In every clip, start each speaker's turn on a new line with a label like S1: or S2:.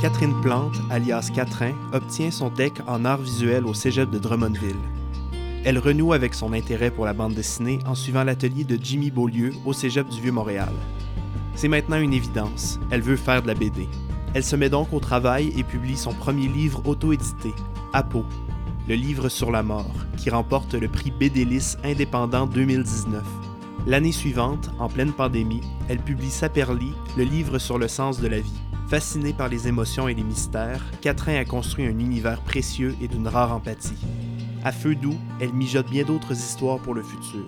S1: Catherine Plante, alias Catrin, obtient son DEC en art visuel au cégep de Drummondville. Elle renoue avec son intérêt pour la bande dessinée en suivant l'atelier de Jimmy Beaulieu au cégep du Vieux-Montréal. C'est maintenant une évidence, elle veut faire de la BD. Elle se met donc au travail et publie son premier livre auto-édité, Apo, le livre sur la mort, qui remporte le prix BDLIS indépendant 2019. L'année suivante, en pleine pandémie, elle publie Saperli, le livre sur le sens de la vie. Fascinée par les émotions et les mystères, Catherine a construit un univers précieux et d'une rare empathie. À feu doux, elle mijote bien d'autres histoires pour le futur,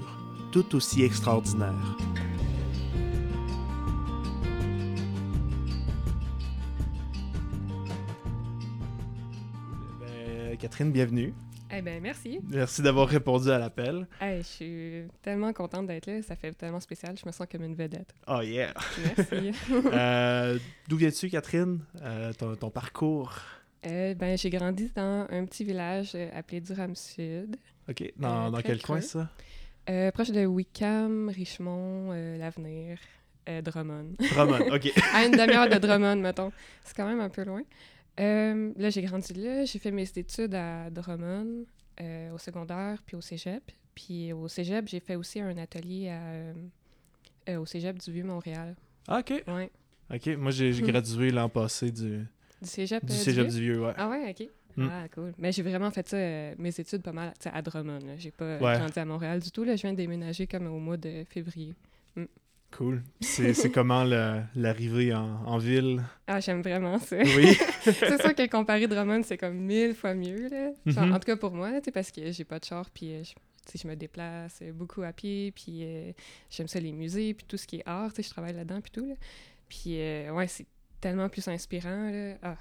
S1: tout aussi extraordinaires. Ben, Catherine, bienvenue.
S2: Eh ben merci.
S1: Merci d'avoir répondu à l'appel.
S2: Eh, je suis tellement contente d'être là. Ça fait tellement spécial. Je me sens comme une vedette.
S1: Oh yeah!
S2: Merci.
S1: Euh, D'où viens-tu, Catherine? Euh, ton, ton parcours?
S2: Euh, ben, j'ai grandi dans un petit village euh, appelé Durham Sud,
S1: OK. Dans,
S2: Euh,
S1: dans
S2: très
S1: quel coin,
S2: creux.
S1: ça?
S2: euh, proche de Wickham, Richmond, euh, l'Avenir, euh, Drummond.
S1: Drummond, OK.
S2: à une demi-heure de Drummond, mettons. C'est quand même un peu loin. Euh, là, j'ai grandi là. J'ai fait mes études à Drummond, euh, au secondaire, puis au cégep. Puis au cégep, j'ai fait aussi un atelier à, euh, euh, au cégep du Vieux-Montréal.
S1: Ah, OK.
S2: Ouais.
S1: OK. Moi, j'ai
S2: Hmm.
S1: j'ai gradué l'an passé du,
S2: Du cégep.
S1: du
S2: euh,
S1: cégep
S2: Vieux?
S1: du Vieux, ouais.
S2: Ah ouais, ok.
S1: Mm.
S2: Ah, cool. Mais j'ai vraiment fait ça, euh, mes études pas mal tu sais, à Drummond. là. J'ai pas euh,
S1: Ouais.
S2: grandi à Montréal du tout. Là. Je viens de déménager comme au mois de février.
S1: Cool. Puis C'est c'est comment le- l'arrivée en, en ville?
S2: Ah, j'aime vraiment ça.
S1: Oui.
S2: c'est sûr que comparer Drummond, c'est comme mille fois mieux. Là. Genre,
S1: Mhm.
S2: En tout cas pour moi, là, tu sais, parce que j'ai pas de char, puis euh, je, tu sais, je me déplace euh, beaucoup à pied, puis euh, j'aime ça les musées, puis tout ce qui est art, tu sais, je travaille là-dedans, puis tout. Là. Puis euh, ouais, c'est tellement plus inspirant. Là. Ah,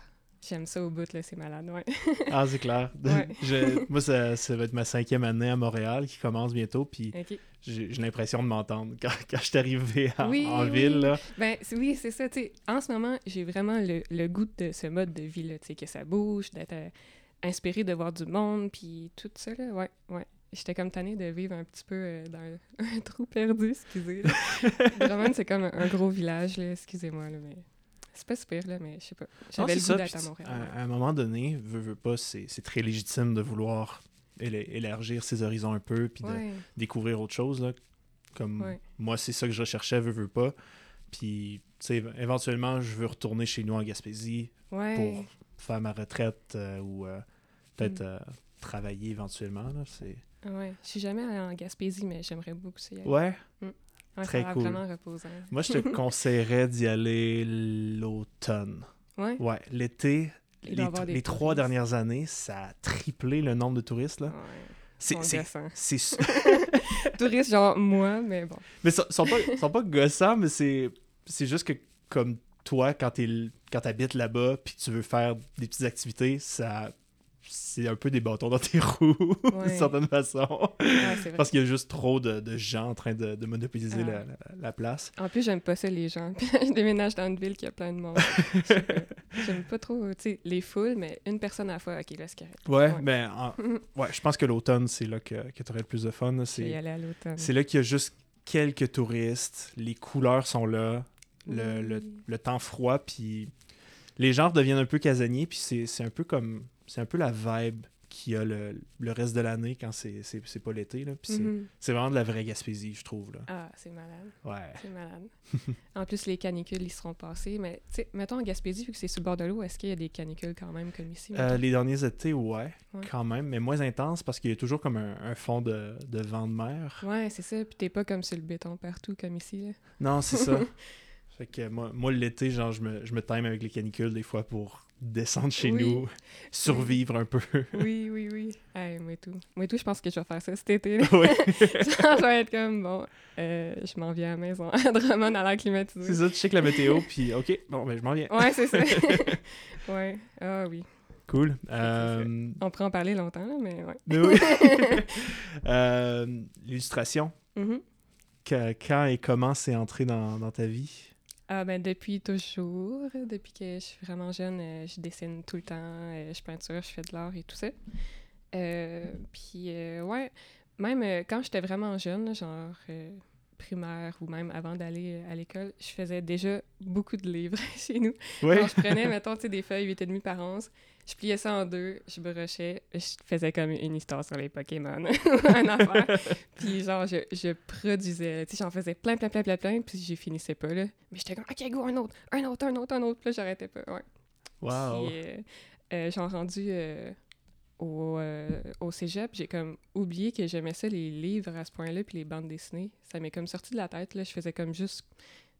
S2: j'aime ça au bout, là, c'est malade. Ouais.
S1: Ah, c'est clair.
S2: Ouais.
S1: Je- moi, ça, ça va être ma cinquième année à Montréal qui commence bientôt, puis
S2: Ok.
S1: j'ai j'ai l'impression de m'entendre quand, quand je suis arrivé en,
S2: Oui,
S1: en
S2: oui.
S1: ville, là.
S2: Ben c'est- oui, c'est ça. tu sais, en ce moment, j'ai vraiment le, le goût de ce mode de vie, là, tu sais, que ça bouge, d'être euh, inspiré de voir du monde, puis tout ça. Là, ouais, ouais. J'étais comme tannée de vivre un petit peu euh, dans un, un trou perdu, excusez. là. Drummond, c'est comme un, un gros village, là, excusez-moi. Là, mais... C'est pas super, là, mais je sais pas.
S1: Non, c'est euh,
S2: J'avais le
S1: ça,
S2: goût d'être
S1: puis
S2: à
S1: tu-
S2: Montréal. ouais.
S1: À, à un moment donné, veux, veux pas, c'est c'est très légitime de vouloir éla- élargir ses horizons un peu, puis de-
S2: Ouais.
S1: découvrir autre chose. Là. Comme
S2: Ouais.
S1: moi, c'est ça que je recherchais, veux, veux pas. Puis, tu sais, éventuellement, je veux retourner chez nous en Gaspésie
S2: Ouais.
S1: pour faire ma retraite euh, ou euh, peut-être
S2: Mm.
S1: euh, travailler éventuellement. Là. C'est...
S2: ouais. Je suis jamais allée en Gaspésie, mais j'aimerais beaucoup ça y aller.
S1: Ouais.
S2: Ouais,
S1: très
S2: ça a l'air
S1: cool.
S2: vraiment reposant.
S1: Moi, je te conseillerais d'y aller l'automne.
S2: Ouais.
S1: Ouais, l'été.
S2: Il doit
S1: Les,
S2: y avoir
S1: tr-
S2: des
S1: les trois
S2: touristes.
S1: dernières années, ça a triplé le nombre de touristes. Là.
S2: ouais.
S1: C'est,
S2: On
S1: c'est,
S2: descend.
S1: c'est su-
S2: Touriste, genre moi, mais bon.
S1: Mais ils sont pas, sont pas gossants, mais c'est, c'est juste que comme toi, quand tu quand habites là-bas puis tu veux faire des petites activités, ça c'est un peu des bâtons dans tes roues, d'une
S2: Ouais.
S1: certaine façon.
S2: Ouais, c'est vrai.
S1: Parce qu'il y a juste trop de, de gens en train de, de monopoliser
S2: Ah.
S1: la, la- la place.
S2: En plus, j'aime pas ça, les gens. Puis je déménage dans une ville qui a plein de monde. Je sais pas. J'aime pas trop, tu sais, les foules, mais une personne à la fois, ok, là, c'est correct.
S1: Ouais,
S2: Ouais.
S1: ben, en- ouais, je pense que l'automne, c'est là que, que tu aurais le plus de fun. là.
S2: Je vais y
S1: C'est,
S2: aller à l'automne.
S1: c'est là qu'il y a juste quelques touristes, les couleurs sont là, le, le-
S2: Oui.
S1: le temps froid, puis les gens deviennent un peu casaniers, puis c'est c'est un peu comme. C'est un peu la vibe qu'il y a le, le reste de l'année quand c'est c'est- c'est pas l'été, là. Puis c'est-
S2: Mhm.
S1: c'est vraiment de la vraie Gaspésie, je trouve, là.
S2: Ah, c'est malade.
S1: Ouais.
S2: C'est malade. en plus, les canicules, ils seront passés. Mais, tu sais, mettons en Gaspésie, vu que c'est sur le bord de l'eau, est-ce qu'il y a des canicules quand même comme ici?
S1: Euh,
S2: mettons?
S1: les derniers étés, ouais,
S2: Ouais.
S1: quand même, mais moins intense parce qu'il y a toujours comme un, un fond de, de vent de mer.
S2: Ouais, c'est ça. Puis t'es pas comme sur le béton partout, comme ici, là.
S1: Non, c'est ça. Fait que moi, moi l'été, genre, je me, je me time avec les canicules des fois pour descendre chez
S2: Oui.
S1: nous, survivre un peu.
S2: Oui, oui, oui. Hey, moi et tout. Moi et tout, je pense que je vais faire ça cet été. là.
S1: Ouais.
S2: Genre, je vais être comme, bon, euh, je m'en viens à la maison, à Drummond, à l'air climatisé.
S1: c'est ça, tu sais que la météo, puis OK, bon, ben je m'en viens.
S2: Ouais, c'est ça. ouais. Ah oui.
S1: Cool.
S2: ça.
S1: Euh,
S2: On pourrait en parler longtemps, là, mais ouais.
S1: mais oui. Euh, L'illustration,
S2: Mhm.
S1: Que- quand et comment c'est entré dans, dans ta vie?
S2: Ah ben depuis toujours, depuis que je suis vraiment jeune, euh, je dessine tout le temps, euh, je peinture, je fais de l'art et tout ça. Euh, puis euh, ouais, même euh, quand j'étais vraiment jeune, là, genre euh, primaire ou même avant d'aller euh, à l'école, je faisais déjà beaucoup de livres chez nous.
S1: Oui.
S2: Quand je prenais, mettons, tu sais, des feuilles 8,5 par 11, je pliais ça en deux, je brochais, je faisais comme une histoire sur les Pokémon, un affaire. Puis genre, je, je produisais, tu sais, j'en faisais plein, plein, plein, plein, plein, puis j'y finissais pas, là. Mais j'étais comme, OK, go, un autre, un autre, un autre, un autre, puis là, j'arrêtais pas, ouais.
S1: Wow.
S2: Puis, euh, euh, j'en rendu euh, au, euh, au cégep, j'ai comme oublié que j'aimais ça, les livres à ce point-là, puis les bandes dessinées. Ça m'est comme sorti de la tête, là. Je faisais comme juste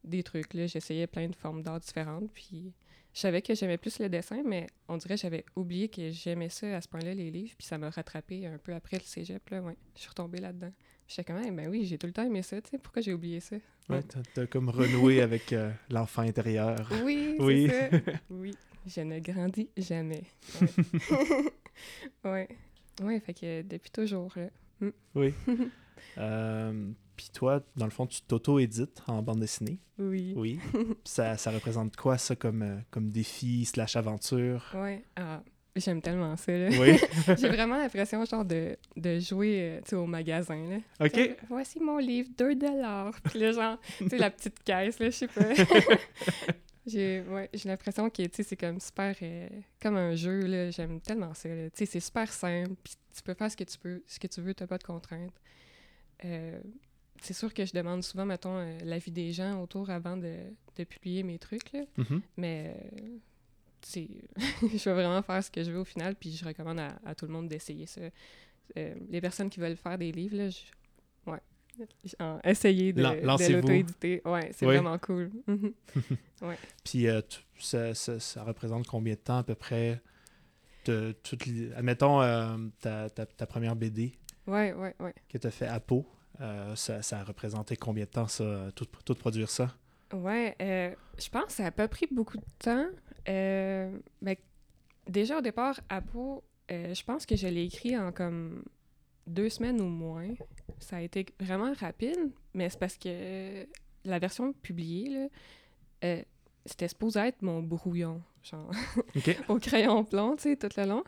S2: des trucs, là. J'essayais plein de formes d'art différentes, puis je savais que j'aimais plus le dessin, mais on dirait que j'avais oublié que j'aimais ça à ce point-là, les livres, puis ça m'a rattrapé un peu après le cégep, là, ouais. Je suis retombée là-dedans. J'étais comme, Ah, ben oui, j'ai tout le temps aimé ça, tu sais, pourquoi j'ai oublié ça?
S1: Ouais, t'as- t'as comme renoué avec euh, l'enfant intérieur.
S2: Oui, c'est
S1: Oui.
S2: ça. Oui, je ne grandis jamais. Ouais. ouais. Ouais, fait que depuis toujours, là.
S1: Euh, Puis toi, dans le fond, tu t'auto-édites en bande dessinée.
S2: Oui.
S1: Oui. Puis ça, ça représente quoi, ça, comme, euh, comme défi slash aventure?
S2: Ouais. Ah, j'aime tellement ça, là.
S1: Oui.
S2: J'ai vraiment l'impression, genre, de, de jouer, euh, tu sais, au magasin, là.
S1: OK.
S2: T'sais, Voici mon livre, 2 dollars. Puis là, genre, tu sais, la petite caisse, là, je sais pas. J'ai ouais, j'ai l'impression que, tu sais, c'est comme super... euh, comme un jeu, là. J'aime tellement ça, là. Tu sais, c'est super simple. Puis tu peux faire ce que tu peux, ce que tu veux, t'as pas de contraintes. Euh, c'est sûr que je demande souvent, mettons, euh, l'avis des gens autour avant de, de publier mes trucs, là.
S1: Mhm.
S2: Mais euh, c'est- je veux vraiment faire ce que je veux au final, puis je recommande à, à tout le monde d'essayer ça. Euh, les personnes qui veulent faire des livres, là, je- ouais, En- essayez de,
S1: Lan-
S2: de
S1: lancez-vous.
S2: l'auto-éditer. Ouais, c'est
S1: Oui.
S2: vraiment cool. Mhm.
S1: Puis euh, tu- ça, ça- ça représente combien de temps à peu près? de toutes les- admettons euh, ta, ta- ta première BD
S2: Ouais, ouais, ouais.
S1: que tu as fait à Pau, euh, ça, ça a représenté combien de temps, ça, euh, tout, tout produire ça?
S2: Ouais, euh, je pense que ça n'a pas pris beaucoup de temps. Euh, ben, déjà au départ, à Pau, euh, je pense que je l'ai écrit en comme deux semaines ou moins. Ça a été vraiment rapide, mais c'est parce que euh, la version publiée, là, euh, c'était supposé être mon brouillon, genre
S1: OK.
S2: au crayon blanc, tu sais, tout le long.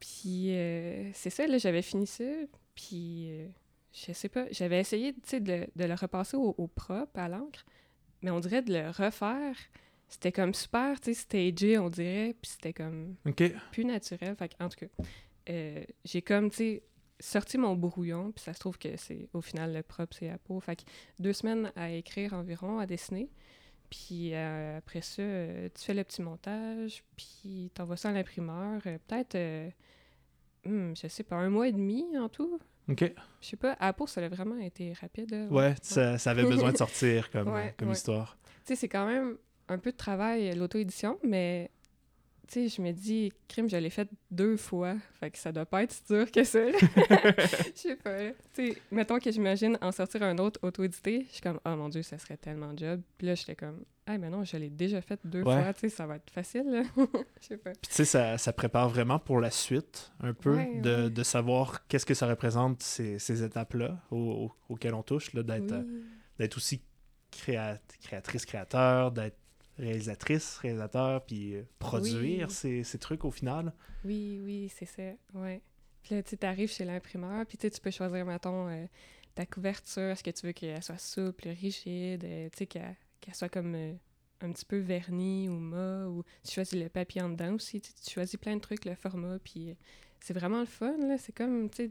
S2: Puis euh, c'est ça, là, j'avais fini ça, puis euh, je sais pas, j'avais essayé, tu sais, de, le- de le repasser au, au propre, à l'encre, mais on dirait de le refaire, c'était comme super, tu sais, stagé, on dirait, puis c'était comme
S1: OK.
S2: plus naturel. Fait que, en tout cas, euh, j'ai comme, tu sais, sorti mon brouillon, puis ça se trouve que c'est, au final, le propre, c'est à peau. Fait que deux semaines à écrire environ, à dessiner. Puis euh, après ça, euh, tu fais le petit montage, puis t'envoies ça à l'imprimeur. euh, Peut-être, euh, hmm, je sais pas, un mois et demi en tout.
S1: OK.
S2: Je sais pas, à peau, ça a vraiment été rapide. là.
S1: Ouais, ça, ça avait besoin de sortir comme,
S2: Ouais,
S1: comme
S2: ouais.
S1: histoire.
S2: tu sais, c'est quand même un peu de travail, euh, l'auto-édition, mais tu sais, je me dis, crime, je l'ai fait deux fois, fait que ça doit pas être si dur que ça. là. Je sais pas. là. Tu sais, mettons que j'imagine en sortir un autre auto-édité, je suis comme, oh mon Dieu, ça serait tellement de job. Puis là, j'étais comme, ah, mais non, je l'ai déjà fait deux
S1: Ouais.
S2: fois, tu sais, ça va être facile. là. Je sais pas.
S1: Puis tu sais, ça, ça prépare vraiment pour la suite, un peu,
S2: Ouais,
S1: de,
S2: ouais.
S1: de savoir qu'est-ce que ça représente, ces, ces étapes-là au- au- auxquelles on touche, là, d'être euh,
S2: Oui.
S1: d'être aussi créa- créatrice, créateur, d'être réalisatrice, réalisateur, puis euh, produire
S2: Oui.
S1: ces, ces trucs au final.
S2: Oui, oui, c'est ça, ouais. Puis là, tu sais, t'arrives chez l'imprimeur, puis tu sais, tu peux choisir, mettons, euh, ta couverture, est-ce que tu veux qu'elle soit souple, rigide, euh, tu sais, qu'elle qu'elle soit comme euh, un petit peu vernie ou mat, ou tu choisis le papier en dedans aussi, tu sais, tu choisis plein de trucs, le format, puis euh, c'est vraiment le fun, là, c'est comme, tu sais,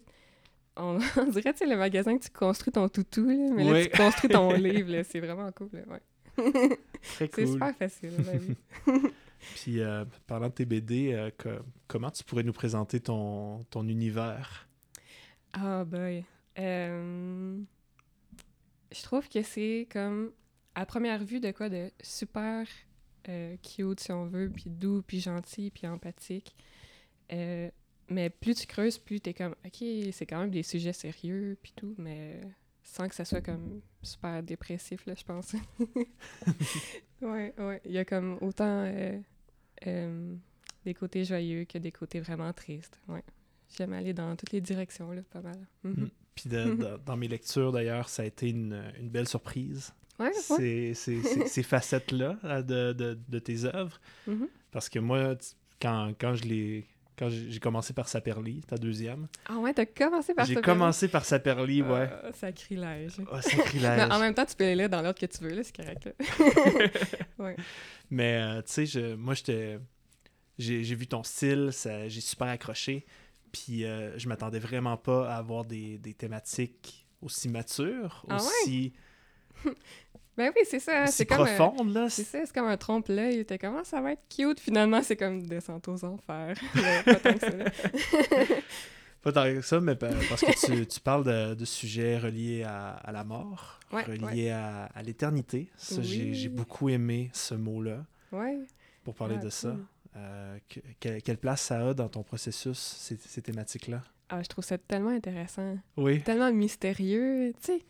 S2: on, on dirait, tu sais, le magasin que tu construis ton toutou, là, mais là,
S1: Oui.
S2: tu construis ton livre, là, c'est vraiment cool, là, ouais.
S1: Très
S2: C'est
S1: cool.
S2: super facile, ben oui.
S1: Puis euh, parlant de tes BD, euh, co- comment tu pourrais nous présenter ton, ton univers?
S2: Ah boy. Euh, je trouve que c'est comme, à première vue, de quoi de super euh, cute, si on veut, puis doux, puis gentil, puis empathique. Euh, mais plus tu creuses, plus t'es comme, OK, c'est quand même des sujets sérieux, puis tout, mais sans que ça soit comme super dépressif, là, je pense. ouais, ouais. Il y a comme autant euh, euh, des côtés joyeux que des côtés vraiment tristes, ouais. J'aime aller dans toutes les directions, là, pas mal. Mhm.
S1: Puis de- de- dans mes lectures, d'ailleurs, ça a été une, une belle surprise.
S2: Ouais, ouais.
S1: ces, ces- ces- ces facettes-là euh, de, de- de tes œuvres.
S2: Mhm.
S1: Parce que moi, tu- quand, quand je les quand j'ai j'ai commencé par Saperli, ta deuxième.
S2: Ah ouais, t'as commencé par
S1: J'ai
S2: ça,
S1: commencé par Saperli,
S2: Pierre.
S1: ouais.
S2: Ah, sacrilège.
S1: Oh,
S2: Mais
S1: sacrilège.
S2: en même temps, tu peux les lire dans l'ordre que tu veux, là, c'est correct. là.
S1: Mais euh, tu sais, je- moi, j'étais. J'ai j'ai vu ton style, ça- j'ai super accroché. Puis euh, je m'attendais vraiment pas à avoir des, des thématiques aussi matures,
S2: Ah ouais?
S1: aussi,
S2: Ben oui, c'est ça.
S1: aussi
S2: C'est comme, un-
S1: profondes. là.
S2: c'est ça, c'est comme un trompe-l'œil. T'es comment ça va être cute? Finalement, c'est comme descente aux enfers. Mais pas tant que ça, là.
S1: Pas tant que ça, mais pa- parce que tu, tu parles de, de sujets reliés à, à la mort,
S2: Ouais,
S1: reliés à, à l'éternité. Ça, j'ai
S2: Oui.
S1: j'ai beaucoup aimé ce mot-là
S2: Ouais.
S1: pour parler
S2: Ah,
S1: de ça.
S2: cool.
S1: Euh, que- que- quelle place ça a dans ton processus, ces, ces thématiques-là?
S2: Ah, je trouve ça tellement intéressant.
S1: Oui.
S2: tellement mystérieux, tu sais.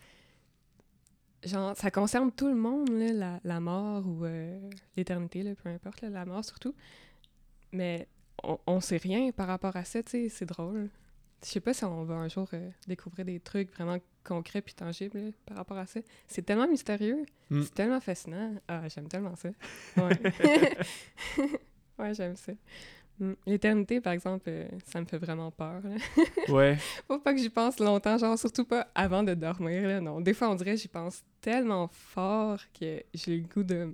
S2: Genre, ça concerne tout le monde, là, la, la mort ou euh, l'éternité, là, peu importe, là, la mort surtout. Mais on, on sait rien par rapport à ça, tu sais, c'est drôle. Je sais pas si on va un jour euh, découvrir des trucs vraiment concrets puis tangibles là, par rapport à ça. C'est tellement mystérieux,
S1: Mm.
S2: c'est tellement fascinant. Ah, j'aime tellement ça. Ouais, ouais j'aime ça. Mm. L'éternité, par exemple, euh, ça me fait vraiment peur. là.
S1: Ouais.
S2: Faut pas que j'y pense longtemps, genre surtout pas avant de dormir, là, non. Des fois, on dirait que j'y pense tellement fort que j'ai le goût de,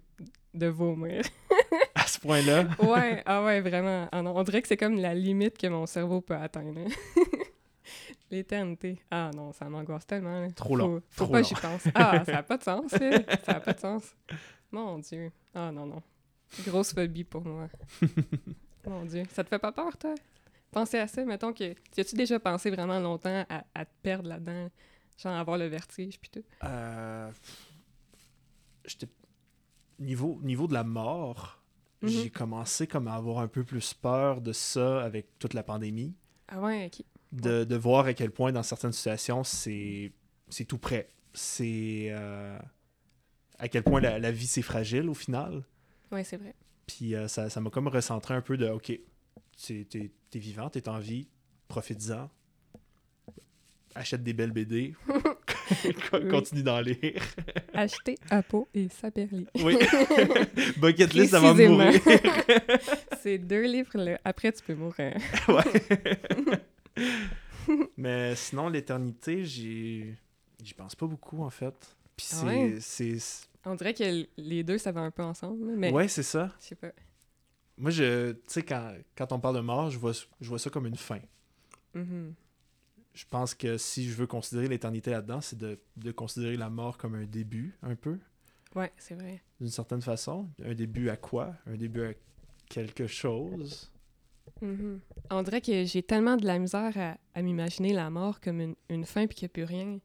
S2: de vomir.
S1: À ce point-là.
S2: Ouais, ah ouais, vraiment. Ah non, on dirait que c'est comme la limite que mon cerveau peut atteindre. hein. L'éternité. Ah non, ça m'angoisse tellement. là.
S1: Trop long,
S2: Faut, faut
S1: trop
S2: pas
S1: long.
S2: que j'y pense. Ah, ça a pas de sens, là. Ça a pas de sens. Mon Dieu. Ah non, non. Grosse phobie pour moi. Mon Dieu. Ça te fait pas peur, toi? Penser à ça, mettons que... As-tu déjà pensé vraiment longtemps à, à te perdre là-dedans? Genre avoir le vertige, puis tout.
S1: Euh, j'étais- niveau, niveau de la mort,
S2: Mhm.
S1: j'ai commencé comme à avoir un peu plus peur de ça avec toute la pandémie.
S2: Ah ouais, OK.
S1: De, de voir à quel point dans certaines situations, c'est c'est tout près. C'est euh, à quel point la, la vie, c'est fragile au final.
S2: Ouais, c'est vrai.
S1: Puis euh, ça ça m'a comme recentré un peu de, OK, t'es t'es- t'es vivant, t'es en vie, profites-en. Achète des belles BD. Continue d'en lire.
S2: Acheter à peau et saperli.
S1: Oui. Bucket list avant de mourir.
S2: Ces deux livres-là. Après, tu peux mourir.
S1: Ouais. Mais sinon, l'éternité, j'y... j'y pense pas beaucoup, en fait. Puis
S2: Ah
S1: c'est...
S2: ouais?
S1: c'est...
S2: On dirait que l- les deux, ça va un peu ensemble, là, mais
S1: Ouais, c'est ça.
S2: je sais pas.
S1: Moi, je... Tu sais, quand... quand on parle de mort, je vois... je vois ça comme une fin.
S2: Mhm.
S1: Je pense que si je veux considérer l'éternité là-dedans, c'est de... de considérer la mort comme un début, un peu,
S2: Ouais, c'est vrai.
S1: d'une certaine façon. Un début à quoi? Un début à quelque chose.
S2: Mhm. On dirait que j'ai tellement de la misère à, à m'imaginer la mort comme une, une fin puis qu'il n'y a plus rien.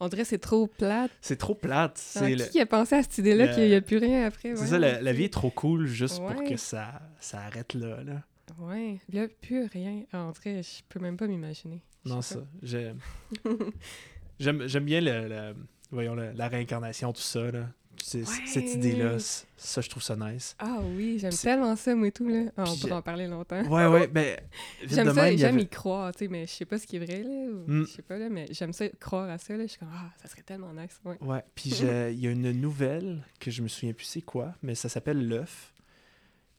S2: On dirait que c'est trop plate.
S1: C'est trop plate.
S2: Genre,
S1: C'est le-
S2: Ah, Qui a pensé à cette idée-là
S1: le-
S2: qu'il n'y a plus rien après?
S1: C'est
S2: voyons,
S1: ça, la,
S2: tu
S1: la
S2: sais.
S1: vie est trop cool juste pour
S2: Ouais.
S1: que ça, ça arrête là. là.
S2: Ouais, il n'y a plus rien. Ah, on dirait, je peux même pas m'imaginer. Je
S1: Non,
S2: sais
S1: ça. J'aime, j'aime j'aime bien le, le- voyons, le- la réincarnation, tout ça. Là. C'est- c'est- Cette
S2: Ouais.
S1: idée-là, c- ça, je trouve ça nice.
S2: pas. Ah oui, j'aime
S1: Puis-
S2: tellement ça, moi et tout. Là. Ah, on
S1: Puis
S2: pourrait
S1: j'ai-
S2: en parler longtemps.
S1: Ouais, ouais, ben, vite de
S2: J'aime ça,
S1: même, il y
S2: j'aime
S1: avait-
S2: y croire, tu sais, mais je sais pas ce qui est vrai, là, ou
S1: Mm.
S2: je sais pas, là, mais j'aime ça, croire à ça, là, je suis comme, ah, ça serait tellement nice, ouais.
S1: Ouais, puis j'ai- il y a une nouvelle que je me souviens plus c'est quoi, mais ça s'appelle L'œuf.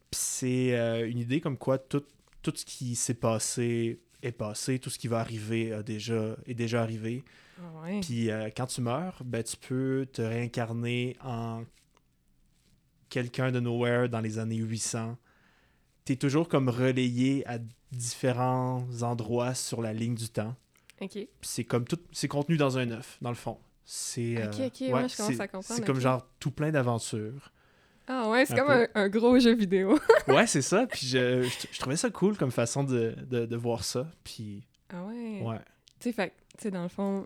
S1: Puis c'est euh, une idée comme quoi tout, tout ce qui s'est passé est passé, tout ce qui va arriver a déjà, est déjà arrivé.
S2: Ah ouais.
S1: Puis euh, quand tu meurs, ben, tu peux te réincarner en quelqu'un de nowhere dans les années 800. Tu es toujours comme relayé à différents endroits sur la ligne du temps.
S2: OK.
S1: Puis c'est comme tout, c'est contenu dans un œuf, dans le fond. C'est, euh,
S2: Ok, ok, ouais, je commence
S1: c'est-
S2: à comprendre,
S1: C'est comme
S2: ok.
S1: genre tout plein d'aventures.
S2: Ah ouais, c'est
S1: Un
S2: comme un,
S1: peu.
S2: un gros jeu vidéo.
S1: ouais, c'est ça. Puis je, je, je trouvais ça cool comme façon de, de, de voir ça. Puis
S2: ah ouais.
S1: ouais.
S2: Tu sais, fait, que, tu sais, dans le fond,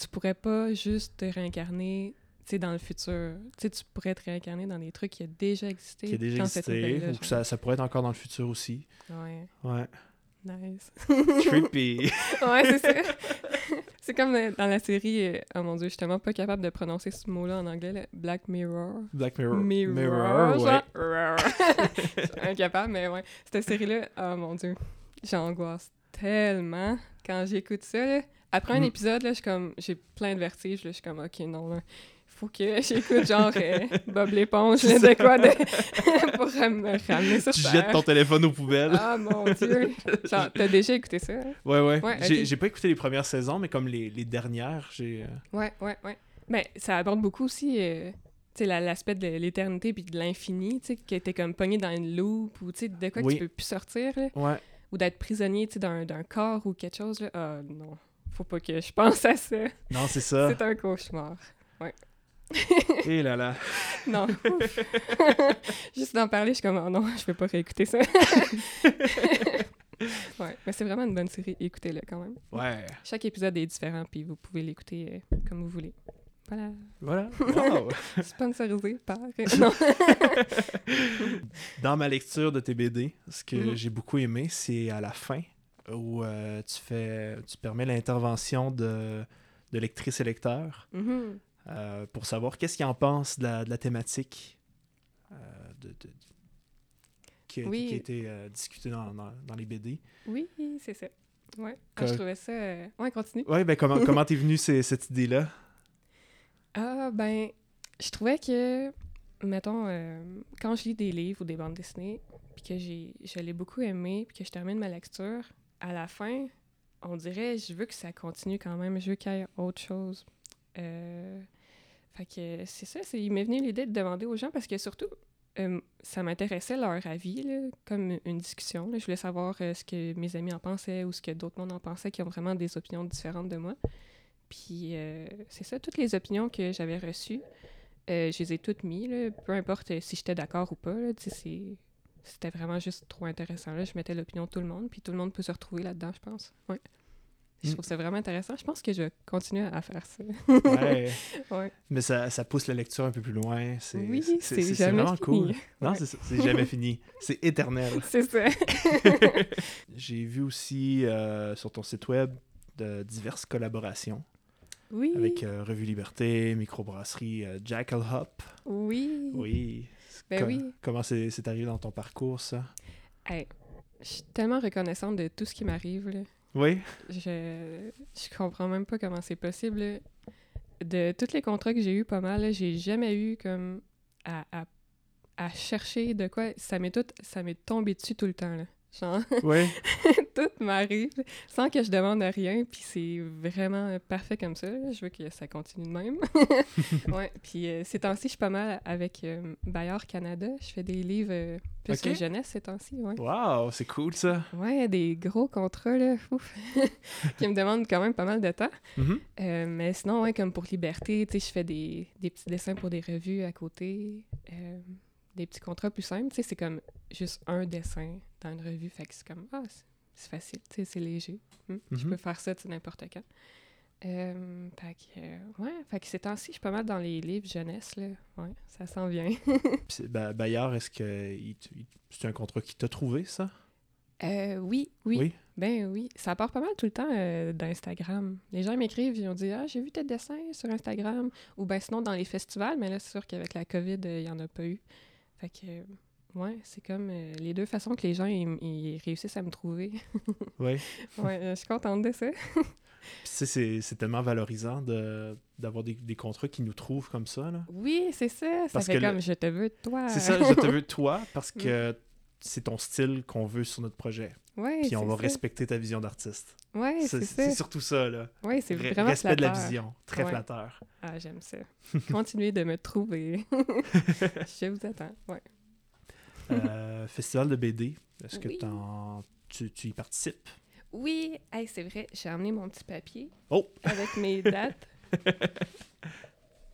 S2: tu pourrais pas juste te réincarner, tu sais, dans le futur. Tu sais, tu pourrais te réincarner dans des trucs qui ont déjà existé.
S1: Qui a déjà
S2: dans cette
S1: existé,
S2: nouvelle-là,
S1: ou que ça, ça pourrait être encore dans le futur aussi.
S2: genre. Ouais,
S1: Ouais.
S2: nice.
S1: Creepy.
S2: ouais, c'est ça. c'est comme euh, dans la série, euh, oh mon Dieu, je suis tellement pas capable de prononcer ce mot-là en anglais, là, Black Mirror.
S1: Black Mirror.
S2: Mirror,
S1: ouais.
S2: genre, rrr. Je suis incapable, mais ouais. Cette série-là, oh mon Dieu, j'angoisse tellement quand j'écoute ça. là. Après un
S1: Mm.
S2: épisode, là, je suis comme, j'ai plein de vertiges. là, je suis comme, ok, non, là, faut que j'écoute genre euh, Bob l'éponge,
S1: C'est
S2: de
S1: ça.
S2: quoi de... pour ram- me ramener ça
S1: Tu
S2: sur
S1: jettes ton
S2: Terre.
S1: téléphone aux poubelles.
S2: Ah mon dieu! Genre, t'as déjà écouté ça? hein?
S1: Ouais, ouais.
S2: Ouais,
S1: j'ai,
S2: ok.
S1: j'ai pas écouté les premières saisons, mais comme les, les dernières, j'ai. euh,
S2: Ouais, ouais, ouais. Mais Ben, ça aborde beaucoup aussi euh, tu sais, la- l'aspect de l'éternité puis de l'infini, tu sais, que t'es comme pogné dans une loupe ou tu sais, de quoi
S1: Oui.
S2: que tu peux plus sortir, là,
S1: Ouais.
S2: ou d'être prisonnier tu sais, d'un d'un corps ou quelque chose. Là. Ah non, faut pas que je pense à ça.
S1: Non, c'est ça.
S2: C'est un cauchemar.
S1: Et là là.
S2: Non. ouf. Juste d'en parler, je suis comme, oh non, je peux pas réécouter ça. ouais, mais c'est vraiment une bonne série. Écoutez-le quand même.
S1: Ouais.
S2: Chaque épisode est différent, puis vous pouvez l'écouter euh, comme vous voulez. Voilà.
S1: Voilà. Wow.
S2: Sponsorisé par. euh, Non.
S1: Dans ma lecture de tes BD, ce que
S2: Mhm.
S1: j'ai beaucoup aimé, c'est à la fin où euh, tu fais, tu permets l'intervention de, de lectrice et lecteur
S2: Mhm.
S1: euh, pour savoir qu'est-ce qu'ils en pensent de la, de la thématique euh, de, de- qui, a,
S2: Oui.
S1: qui a été euh, discutée dans, dans- dans les BD.
S2: Oui, c'est ça. Ouais. Ah,
S1: Cor-
S2: je trouvais ça. euh, Ouais, continue.
S1: Ouais, ben comment comment t'es venue ces- cette idée-là
S2: Ah, ben, je trouvais que, mettons, euh, quand je lis des livres ou des bandes dessinées, puis que j'ai, je l'ai beaucoup aimé, puis que je termine ma lecture, à la fin, on dirait, je veux que ça continue quand même, je veux qu'il y ait autre chose. Euh, fait que c'est ça, c'est, il m'est venu l'idée de demander aux gens, parce que surtout, euh, ça m'intéressait leur avis, là, comme une discussion. là. Je voulais savoir euh, ce que mes amis en pensaient ou ce que d'autres mondes en pensaient, qui ont vraiment des opinions différentes de moi. Puis euh, c'est ça, toutes les opinions que j'avais reçues, euh, je les ai toutes mises, là, peu importe euh, si j'étais d'accord ou pas. là, tu sais, c'est- C'était vraiment juste trop intéressant. Là. Je mettais l'opinion de tout le monde, puis tout le monde peut se retrouver là-dedans, je pense. Ouais. Je
S1: Mm.
S2: trouve ça vraiment intéressant. Je pense que je vais continuer à faire ça.
S1: Ouais.
S2: Ouais.
S1: Mais ça, ça pousse la lecture un peu plus loin. C'est,
S2: Oui,
S1: c'est,
S2: c'est jamais
S1: vraiment
S2: fini.
S1: cool. Non,
S2: Ouais.
S1: c'est, ça, c'est jamais fini. C'est éternel.
S2: C'est ça.
S1: J'ai vu aussi euh, sur ton site web de diverses collaborations
S2: Oui.
S1: avec euh, Revue Liberté, Microbrasserie, euh, Jackal Hop.
S2: Oui.
S1: Oui.
S2: Ben
S1: Co-
S2: oui.
S1: Comment c'est, c'est arrivé dans ton parcours, ça?
S2: Hey, je suis tellement reconnaissante de tout ce qui m'arrive. là.
S1: Oui?
S2: Je, je comprends même pas comment c'est possible. là. De tous les contrats que j'ai eu pas mal, là, j'ai jamais eu comme à, à, à chercher de quoi. Ça m'est tout, ça m'est tombé dessus tout le temps. Là. Genre,
S1: Oui?
S2: tout m'arrive sans que je demande à rien, puis c'est vraiment parfait comme ça. là. Je veux que ça continue de même. ouais, puis euh, ces temps-ci, je suis pas mal avec euh, Bayard Canada. Je fais des livres euh, plus
S1: Ok.
S2: de jeunesse ces temps-ci. Ouais.
S1: Wow, c'est cool, ça.
S2: Ouais, des gros contrats, là, ouf, qui me demandent quand même pas mal de temps.
S1: Mhm.
S2: Euh, mais sinon, ouais, comme pour Liberté, tu sais, je fais des, des petits dessins pour des revues à côté, euh, des petits contrats plus simples, tu sais, c'est comme juste un dessin dans une revue, fait que c'est comme, ah, c'est- c'est facile, tu sais, c'est léger. Hmm, Je
S1: Mhm.
S2: peux faire ça, tu sais, n'importe quand. Euh, fait que, euh, ouais, fait que ces temps-ci, je suis pas mal dans les livres jeunesse, là, ouais, ça s'en vient.
S1: Puis c'est- Ba- Bayard, est-ce que il t- il- c'est un contrat qui t'a trouvé, ça?
S2: Euh, oui, oui, Ben oui, ça part pas mal tout le temps euh, d'Instagram. Les gens m'écrivent, ils ont dit Ah, j'ai vu tes dessins sur Instagram. Ou ben sinon dans les festivals, mais là, c'est sûr qu'avec la COVID, euh, il y en a pas eu. Fait que, euh, ouais, c'est comme euh, les deux façons que les gens ils, ils réussissent à me trouver.
S1: Oui.
S2: ouais, euh, je suis contente de ça.
S1: Puis c'est- c'est c'est tellement valorisant de, d'avoir des, des contrats qui nous trouvent comme ça. Là.
S2: Oui, c'est ça. Ça
S1: Parce
S2: fait
S1: que
S2: comme
S1: le-
S2: Je te veux, de toi.
S1: C'est ça, je te veux toi, parce
S2: Mm.
S1: que c'est ton style qu'on veut sur notre projet.
S2: Ouais,
S1: Puis on
S2: c'est
S1: va
S2: ça.
S1: respecter ta vision d'artiste.
S2: Ouais,
S1: C'est
S2: c'est
S1: c'est
S2: ça.
S1: surtout ça, là.
S2: Ouais, c'est
S1: Re-
S2: vraiment
S1: Respect de la
S2: flatteur.
S1: vision. Très
S2: Ouais.
S1: flatteur.
S2: Ah, j'aime ça. Continuez de me trouver. je vous attends. Ouais.
S1: Euh, Festival de BD, est-ce que
S2: Oui.
S1: t'en- tu, tu y participes?
S2: Oui, hey, c'est vrai, j'ai emmené mon petit papier
S1: Oh!
S2: avec mes dates.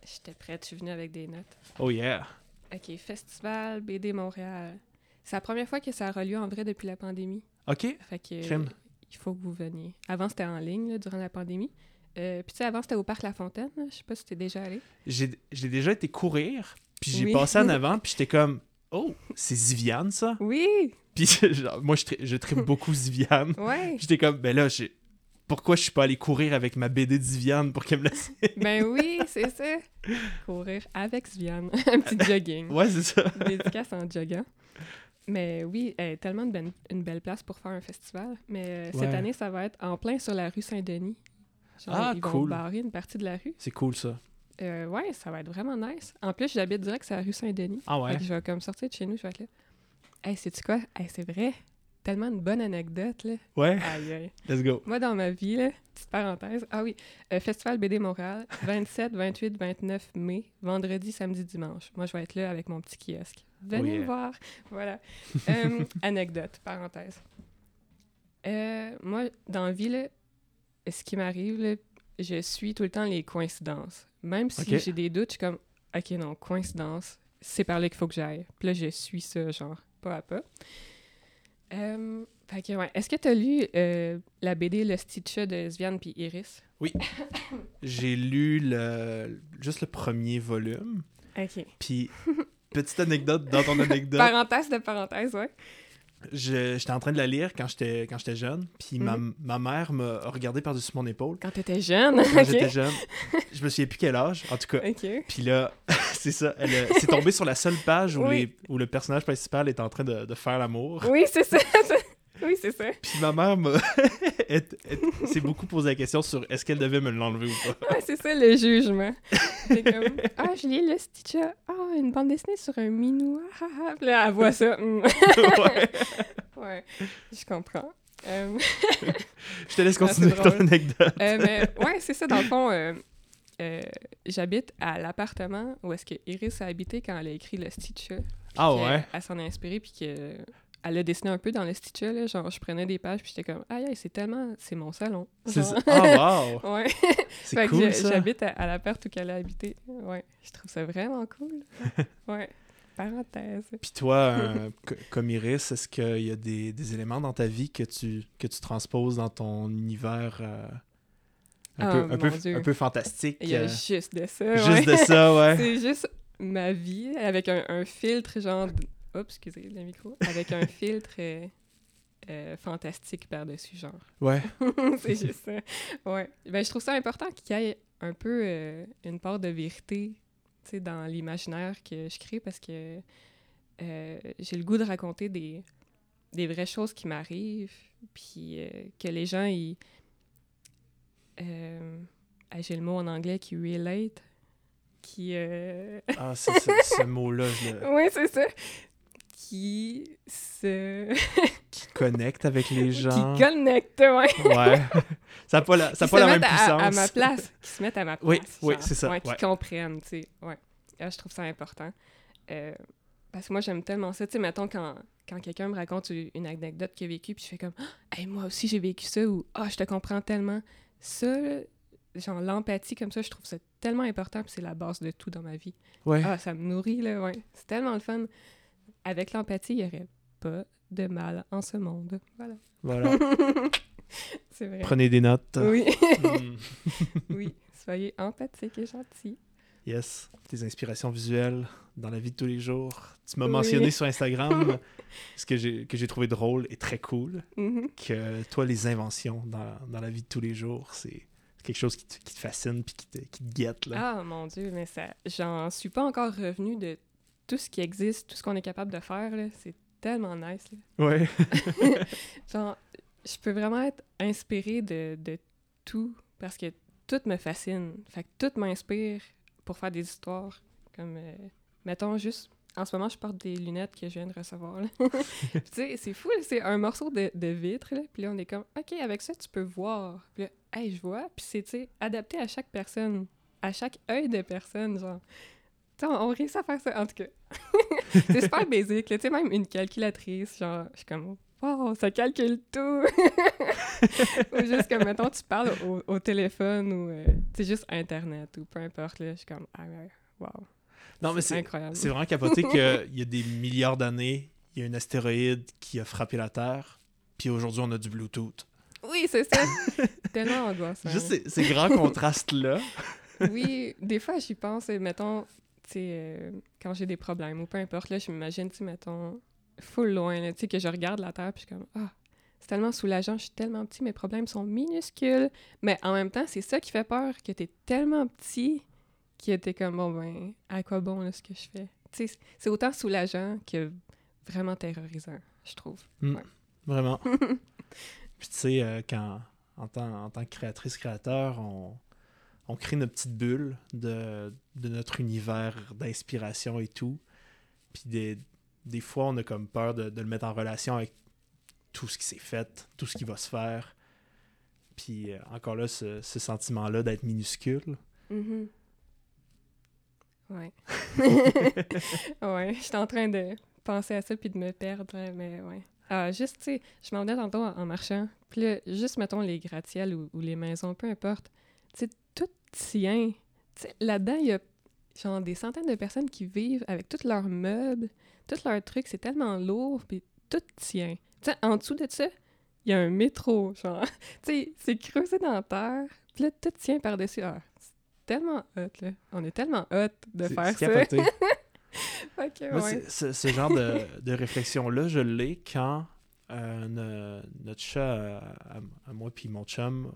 S2: J'étais prête, je suis venue avec des notes.
S1: Oh yeah!
S2: OK, Festival BD Montréal. C'est la première fois que ça a relieu en vrai depuis la pandémie.
S1: OK.
S2: Fait que
S1: Crème.
S2: il faut que vous veniez. Avant, c'était en ligne là, durant la pandémie. Euh, Puis tu sais, avant, c'était au Parc La Fontaine. là. Je sais pas si t'es déjà allé.
S1: J'ai j'ai déjà été courir, puis j'ai
S2: Oui.
S1: passé en avant, puis j'étais comme... Oh, c'est Ziviane, ça?
S2: Oui!
S1: Puis genre, moi, je, tri- je tripe beaucoup Ziviane.
S2: Ouais!
S1: J'étais comme, ben là, j'ai- pourquoi je suis pas allé courir avec ma BD d'Iviane pour qu'elle me laisse.
S2: ben oui, c'est ça! Courir avec Sviane. Un petit jogging.
S1: Ouais, c'est ça.
S2: dédicace en joggant. Mais oui, euh, tellement de ben- une belle place pour faire un festival. Mais euh, cette
S1: Ouais.
S2: année, ça va être en plein sur la rue Saint-Denis. Genre,
S1: Ah,
S2: ils vont
S1: cool.
S2: barrer une partie de la rue.
S1: C'est cool, ça.
S2: Euh, ouais, ça va être vraiment nice. En plus, j'habite direct sur la rue Saint-Denis.
S3: Ah
S2: Fait
S3: ouais.
S2: que je vais comme sortir de chez nous, je vais être là. Hey, sais-tu quoi? Hey, c'est vrai. Tellement une bonne anecdote, là.
S3: Ouais,
S2: Aïe, aïe.
S3: let's go.
S2: Moi, dans ma vie, là, petite parenthèse. Ah oui, euh, Festival BD Montréal, 27, 28, 29 mai, vendredi, samedi, dimanche. Moi, je vais être là avec mon petit kiosque. Venez
S1: Oh yeah.
S2: me voir. Voilà. Euh, anecdote, parenthèse. Euh, moi, dans la vie, là, ce qui m'arrive, là, je suis tout le temps les coïncidences. Même si
S1: Ok.
S2: j'ai des doutes, je suis comme, OK, non, coïncidence, c'est par là qu'il faut que j'aille. Puis là, je suis ça, genre, pas à pas. Euh, fait que, ouais. Est-ce que tu as lu euh, la BD Le Stitcha de Sviane puis Iris?
S1: J'ai lu le, juste le premier volume.
S2: OK.
S1: Puis, petite anecdote dans ton anecdote.
S2: Parenthèse de parenthèse, ouais.
S1: Je- J'étais en train de la lire quand j'étais quand j'étais jeune. Puis ma-
S2: Mhm.
S1: ma, mère m'a regardé par-dessus mon épaule
S2: Quand t'étais jeune,
S1: quand j'étais
S2: OK.
S1: jeune. Je me souviens plus quel âge, en tout cas.
S2: OK.
S1: Puis là, c'est ça. Elle euh, s'est tombée sur la seule page où,
S2: Oui.
S1: les- où le personnage principal est en train de, de faire l'amour.
S2: Oui, c'est ça. oui, c'est ça.
S1: Puis ma mère m'a- est- est- s'est beaucoup posé la question sur est-ce qu'elle devait me l'enlever ou pas.
S2: Ouais, c'est ça le jugement. C'est comme Ah, je lis le Stitcha. Ah, une bande dessinée sur un minou. Ah, ah, ah. Puis là, elle voit ça. Hmm.
S1: Ouais.
S2: ouais, je comprends. Euh,
S1: Je te laisse
S2: Ah, c'est
S1: continuer ton
S2: drôle.
S1: anecdote.
S2: Euh, mais ouais, c'est ça, dans le fond. euh, euh, J'habite à l'appartement où est-ce que Iris a habité quand elle a écrit le Stitcha.
S3: Ah
S2: qu'elle-
S3: ouais.
S2: Elle s'en est inspirée, puis que elle a dessiné un peu dans le Stitcha, là. Genre, je prenais des pages, puis j'étais comme, aïe, aïe, c'est tellement. C'est mon salon.
S1: C'est
S2: Genre.
S1: Ah, wow!
S2: Ouais.
S1: C'est
S2: Fait que
S1: cool
S2: je-
S1: ça.
S2: J'habite à, à l'appart où elle a habité. Ouais, je trouve ça vraiment cool. ouais, parenthèse.
S1: Puis toi, euh, co- comme Iris, est-ce qu'il y a des, des éléments dans ta vie que tu, que tu transposes dans ton univers euh, un,
S2: Ah,
S1: peu, un, peu,
S2: mon Dieu.
S1: un peu fantastique?
S2: Il y a
S1: euh,
S2: juste de ça.
S1: juste
S2: ouais.
S1: de ça, ouais.
S2: C'est juste ma vie avec un, un filtre genre... d- Oups, excusez le micro. Avec un filtre euh, euh, fantastique par-dessus, genre.
S1: Ouais,
S2: c'est juste ça. Ouais. Ben, je trouve ça important qu'il y ait un peu euh, une part de vérité tu sais, dans l'imaginaire que je crée parce que euh, j'ai le goût de raconter des, des vraies choses qui m'arrivent, puis euh, que les gens, ils. euh, ah, j'ai le mot en anglais qui relate, qui. euh,
S1: ah, c'est ça, ce mot-là, je le
S2: ouais, c'est ça! Qui se.
S1: connecte avec les gens.
S2: qui connecte, ouais!
S1: Ouais. ça n'a pas la, ça a
S2: qui
S1: pas
S2: se
S1: la même
S2: mettent à,
S1: puissance.
S2: à ma place, qui se mettent à ma place.
S1: Oui, oui,
S2: genre.
S1: c'est ça,
S2: Ouais, qui
S1: ouais.
S2: comprennent, tu sais. Ouais. Ah, je trouve ça important. Euh, parce que moi, j'aime tellement ça. Tu sais, mettons, quand, quand quelqu'un me raconte u- une anecdote qu'il a vécue, puis je fais comme Ah, hey, moi aussi, j'ai vécu ça » ou « Ah, je te comprends tellement. » Ça, là, genre l'empathie comme ça, je trouve ça tellement important, puis c'est la base de tout dans ma vie.
S1: Ouais.
S2: Ah, ça me nourrit, là, ouais. C'est tellement le fun. Avec l'empathie, il n'y aurait pas de mal en ce monde. Voilà.
S1: Voilà.
S2: c'est vrai.
S1: Prenez des notes.
S2: Oui.
S1: Mm.
S2: Oui, soyez empathique et gentil.
S1: Yes. Tes inspirations visuelles dans la vie de tous les jours. Tu m'as
S2: Oui.
S1: mentionné sur Instagram ce que j'ai que j'ai trouvé drôle et très cool.
S2: Mhm.
S1: que toi, les inventions dans, dans la vie de tous les jours, c'est quelque chose qui te, qui te fascine puis qui te, qui te guette. Là.
S2: Ah mon Dieu, mais ça, j'en suis pas encore revenue de tout ce qui existe, tout ce qu'on est capable de faire. là. C'est tellement nice. là.
S1: Ouais.
S2: Genre, je peux vraiment être inspirée de, de tout parce que tout me fascine. Fait que tout m'inspire pour faire des histoires. Comme, euh, mettons, juste. En ce moment, je porte des lunettes que je viens de recevoir. là. tu sais, c'est fou, là, c'est un morceau de, de vitre. là. Puis là, on est comme, OK, avec ça, tu peux voir. Puis là, hey, je vois. Puis c'est, tu sais, adapté à chaque personne, à chaque œil de personne, genre. Tu sais, on, on réussit à faire ça, en tout cas. c'est super basique. là. Tu sais, même une calculatrice, genre, je suis comme, Wow, ça calcule tout! ou juste comme, mettons, tu parles au, au téléphone ou, euh, tu sais, juste Internet ou peu importe, là, je suis comme, ah ouais, wow.
S1: Non, mais c'est
S2: incroyable.
S1: c'est vraiment capoté qu'il y a des milliards d'années, il y a un astéroïde qui a frappé la Terre, puis aujourd'hui, on a du Bluetooth.
S2: Oui, c'est ça! Tellement angoissant.
S1: Juste ces, ces grands contrastes-là.
S2: Oui, des fois, j'y pense, et mettons, tu sais, euh, quand j'ai des problèmes ou peu importe, là, je m'imagine, tu sais, mettons, full loin, là, tu sais, que je regarde la Terre, puis je suis comme, ah, c'est tellement soulageant, je suis tellement petit, mes problèmes sont minuscules. Mais en même temps, c'est ça qui fait peur, que t'es tellement petit, qui était comme, bon, ben, à quoi bon, là, ce que je fais? Tu sais, c'est autant soulageant que vraiment terrorisant, je trouve.
S1: Vraiment. Puis tu sais, euh, quand, en, tant, en tant que créatrice, créateur, on, on crée notre petite bulle de, de notre univers d'inspiration et tout. Puis des, des fois, on a comme peur de, de le mettre en relation avec tout ce qui s'est fait, tout ce qui va se faire. Puis euh, encore là, ce, ce sentiment-là d'être minuscule.
S2: Mhm. Ouais. ouais, je suis en train de penser à ça puis de me perdre, mais ouais. Ah, juste, tu sais, je m'en venais tantôt en, en marchant. Puis là, juste, mettons, les gratte-ciels ou, ou les maisons, peu importe. Tu sais, tout tient. Tu sais, là-dedans, il y a genre des centaines de personnes qui vivent avec tous leurs meubles, tous leurs trucs. C'est tellement lourd, puis tout tient. Tu sais, en dessous de ça, il y a un métro, genre. tu sais, c'est creusé dans la terre, puis là, tout tient par-dessus. Ah, c'est tellement hot, là. On est tellement hot de
S1: C'est-
S2: faire
S1: c'est
S2: ça.
S1: capoté.
S2: Fait que,
S1: Moi,
S2: ouais.
S1: c'est- ce, ce genre de, de réflexion-là, je l'ai quand euh, ne- notre chat, euh, à, à moi puis mon chum,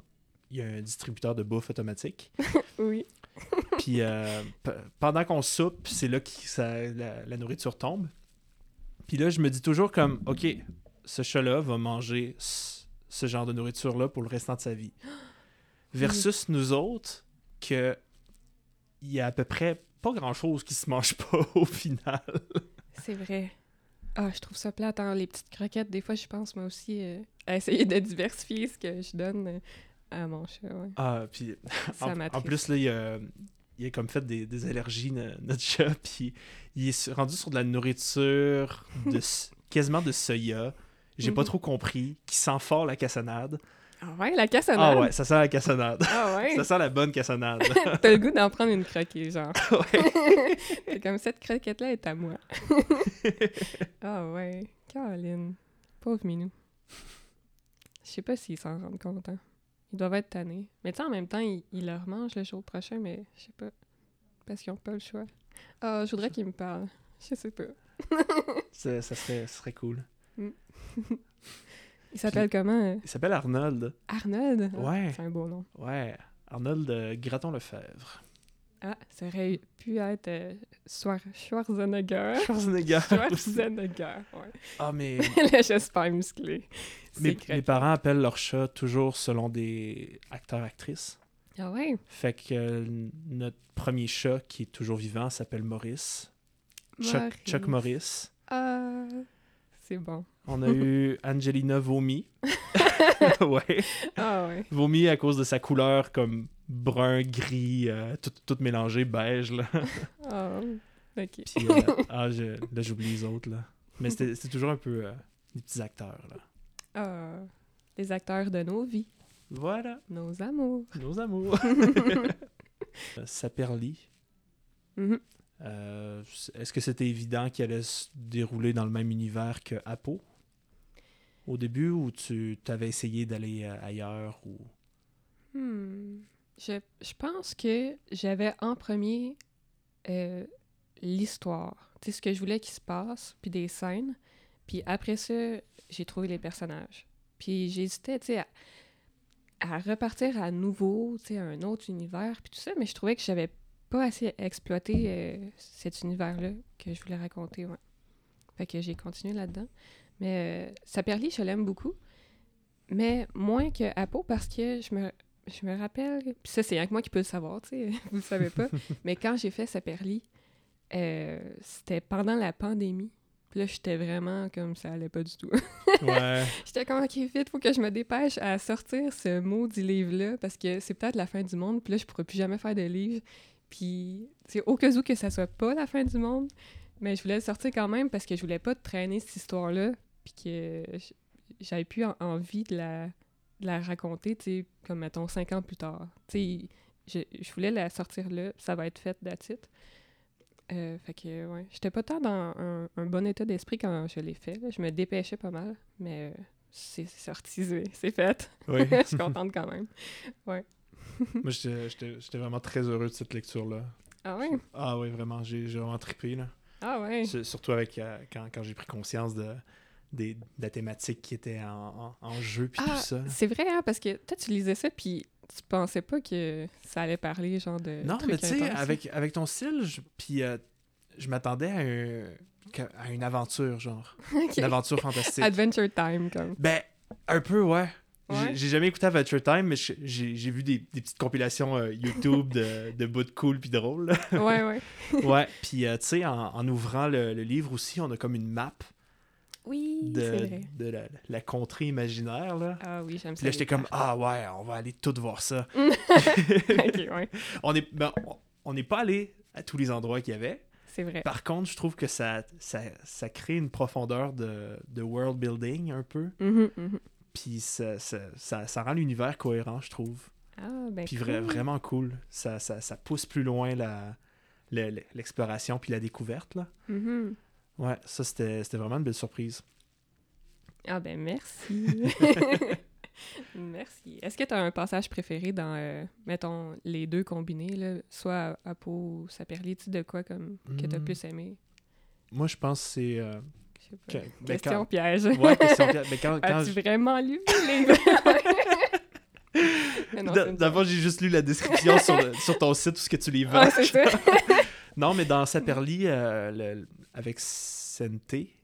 S1: il y a un distributeur de bouffe automatique.
S2: Oui.
S1: Puis euh, pe- pendant qu'on soupe, c'est là que ça- la, la nourriture tombe. Puis là, je me dis toujours comme, OK, ce chat-là va manger ce, ce genre de nourriture-là pour le restant de sa vie. Versus nous autres, que il y a à peu près pas grand-chose qui se mange pas au final.
S2: C'est vrai. Ah, je trouve ça plate, hein, les petites croquettes. Des fois, je pense, moi aussi, euh, à essayer de diversifier ce que je donne euh, à mon chat. ouais.
S1: Ah, puis
S2: Ça
S1: En, en
S2: m'attriste.
S1: plus, là, il a, il a comme fait des, des allergies, no- notre chat, puis il est sur- rendu sur de la nourriture de, s- quasiment de soya. J'ai pas
S2: Mhm.
S1: trop compris, qui sent fort la cassonade.
S2: Ah ouais, la cassonade.
S1: Ah ouais, ça sent la cassonade.
S2: Ah ouais.
S1: ça sent la bonne cassonade.
S2: T'as le goût d'en prendre une croquée, genre.
S1: Ouais.
S2: T'es comme cette croquette-là est à moi. ah ouais. Caroline. Pauvre Minou. Je sais pas s'ils s'en rendent compte. Hein. Ils doivent être tannés. Mais tu sais, en même temps, ils, ils leur mangent le jour prochain, mais je sais pas. Parce qu'ils ont pas le choix. Ah, je voudrais qu'ils me parlent. Je sais pas.
S1: Ça, ça serait, ça serait cool.
S2: Il s'appelle comment euh,
S1: Il s'appelle Arnold.
S2: Arnold Ah,
S1: Ouais.
S2: C'est un beau nom.
S1: Ouais, Arnold euh, Graton-Lefebvre.
S2: Ah, ça aurait pu être euh, Schwar- Schwarzenegger.
S1: Schwarzenegger. aussi.
S2: Schwarzenegger, ouais.
S1: Ah, mais
S2: Là, j'espère musclé.
S1: mes,
S2: C'est
S1: mes
S2: craqué.
S1: parents appellent leur chat toujours selon des acteurs-actrices.
S2: Ah ouais?
S1: Fait que euh, notre premier chat qui est toujours vivant s'appelle Maurice. Chuck,
S2: Maurice.
S1: Chuck Maurice.
S2: Ah, c'est bon.
S1: On a eu Angelina Vomi. ouais.
S2: Ah ouais.
S1: Vomi à cause de sa couleur comme brun, gris, euh, tout, tout mélangé, beige. Là.
S2: Ah, ok.
S1: Puis, euh, ah, je- là, j'oublie les autres. Là. Mais c'était c'était toujours un peu euh, des petits acteurs. Là.
S2: Ah, les acteurs de nos vies,
S1: Voilà,
S2: nos amours.
S1: nos amours. Euh, Saperli.
S2: Mhm.
S1: euh, Est-ce que c'était évident qu'il allait se dérouler dans le même univers que Apo au début ou tu t'avais essayé d'aller euh, ailleurs ou
S2: Hmm. Je, je pense que j'avais en premier euh, l'histoire, tu sais, ce que je voulais qu'il se passe, puis des scènes. Puis après ça, j'ai trouvé les personnages. Puis j'hésitais, tu sais, à, à repartir à nouveau, tu sais, à un autre univers, puis tout ça, mais je trouvais que j'avais pas assez exploité euh, cet univers-là que je voulais raconter, ouais. Fait que j'ai continué là-dedans. Mais euh, Saperli, je l'aime beaucoup, mais moins que Apo parce que je me je me rappelle, puis ça, c'est rien que moi qui peux le savoir, tu sais, vous le savez pas, mais quand j'ai fait Saperli, euh, c'était pendant la pandémie. Puis là, j'étais vraiment comme ça allait pas du tout.
S1: ouais
S2: j'étais comme, OK, vite, faut que je me dépêche à sortir ce maudit livre-là parce que c'est peut-être la fin du monde, puis là, je pourrais plus jamais faire de livre. Puis, tu sais, au cas où que ça soit pas la fin du monde, mais je voulais le sortir quand même parce que je voulais pas traîner cette histoire-là, puis que j- j'avais plus en- envie de la, de la raconter, tu sais, comme mettons cinq ans plus tard. Tu sais, je, je voulais la sortir là, ça va être fait d'attitude. Euh, fait que, ouais, j'étais pas tant dans un, un bon état d'esprit quand je l'ai fait. là. Je me dépêchais pas mal, mais euh, c'est c'est sorti, c'est c'est fait.
S1: oui
S2: Je suis contente quand même.
S1: moi j'étais- j'étais j'étais vraiment très heureux de cette lecture là
S2: Ah ouais?
S1: ah oui vraiment j'ai j'ai vraiment trippé là
S2: Ah ouais!
S1: Sur- surtout avec euh, quand, quand j'ai pris conscience de des- de la thématique qui était en, en- en jeu puis
S2: Ah,
S1: tout ça là.
S2: C'est vrai, hein, parce que toi, tu lisais ça, puis tu pensais pas que ça allait parler, genre, de
S1: Non, mais
S2: trucs
S1: tu sais,
S2: intenses.
S1: avec, avec ton style, je, puis euh, je m'attendais à, un- qu'à- à une aventure, genre.
S2: Ok.
S1: Une aventure fantastique.
S2: Adventure Time, comme.
S1: ben, un peu, ouais.
S2: Ouais.
S1: J'ai jamais écouté Adventure Time, mais je- j'ai j'ai vu des, des petites compilations euh, YouTube de, de bouts de cool puis drôles. là.
S2: ouais, ouais.
S1: ouais, puis euh, tu sais, en, en ouvrant le, le livre aussi, on a comme une map
S2: Oui, c'est
S1: de,
S2: vrai.
S1: de la, la contrée imaginaire. Là,
S2: Ah oui, j'aime
S1: Puis
S2: ça.
S1: là
S2: les
S1: j'étais comme,
S2: cartes.
S1: ah ouais, on va aller tout voir ça.
S2: ok, ouais,
S1: on est, ben, on- on n'est pas allé à tous les endroits qu'il y avait.
S2: c'est vrai.
S1: Par contre, je trouve que ça, ça, ça crée une profondeur de, de world building un peu.
S2: Mhm, mhm.
S1: Puis ça, ça, ça- ça rend l'univers cohérent, je trouve.
S2: Ah, ben.
S1: Puis vra-
S2: cool.
S1: vraiment cool. Ça, ça, ça pousse plus loin la- le- le- l'exploration puis la découverte. Là.
S2: Mhm.
S1: Ouais, ça c'était c'était vraiment une belle surprise.
S2: Ah, ben, merci. merci. Est-ce que tu as un passage préféré dans, euh, mettons, les deux combinés, là, soit à, à Pau ou Saperli, tu sais de quoi comme, que tu as
S1: Hmm.
S2: plus aimé
S1: Moi, je pense que c'est. euh,
S2: Je sais pas.
S1: que- ben,
S2: Question
S1: quand-
S2: piège.
S1: Ouais, question piège. Ben, quand- quand
S2: As-tu
S1: je-
S2: vraiment lu le livre? Mais non, c'est
S1: d-
S2: une
S1: D'abord, j'ai juste lu la description sur, le- sur ton site, tout ce que tu les
S2: joke.
S1: vends.
S2: Ah, c'est ça.
S1: Non, mais dans Saperli, euh, le- avec Senté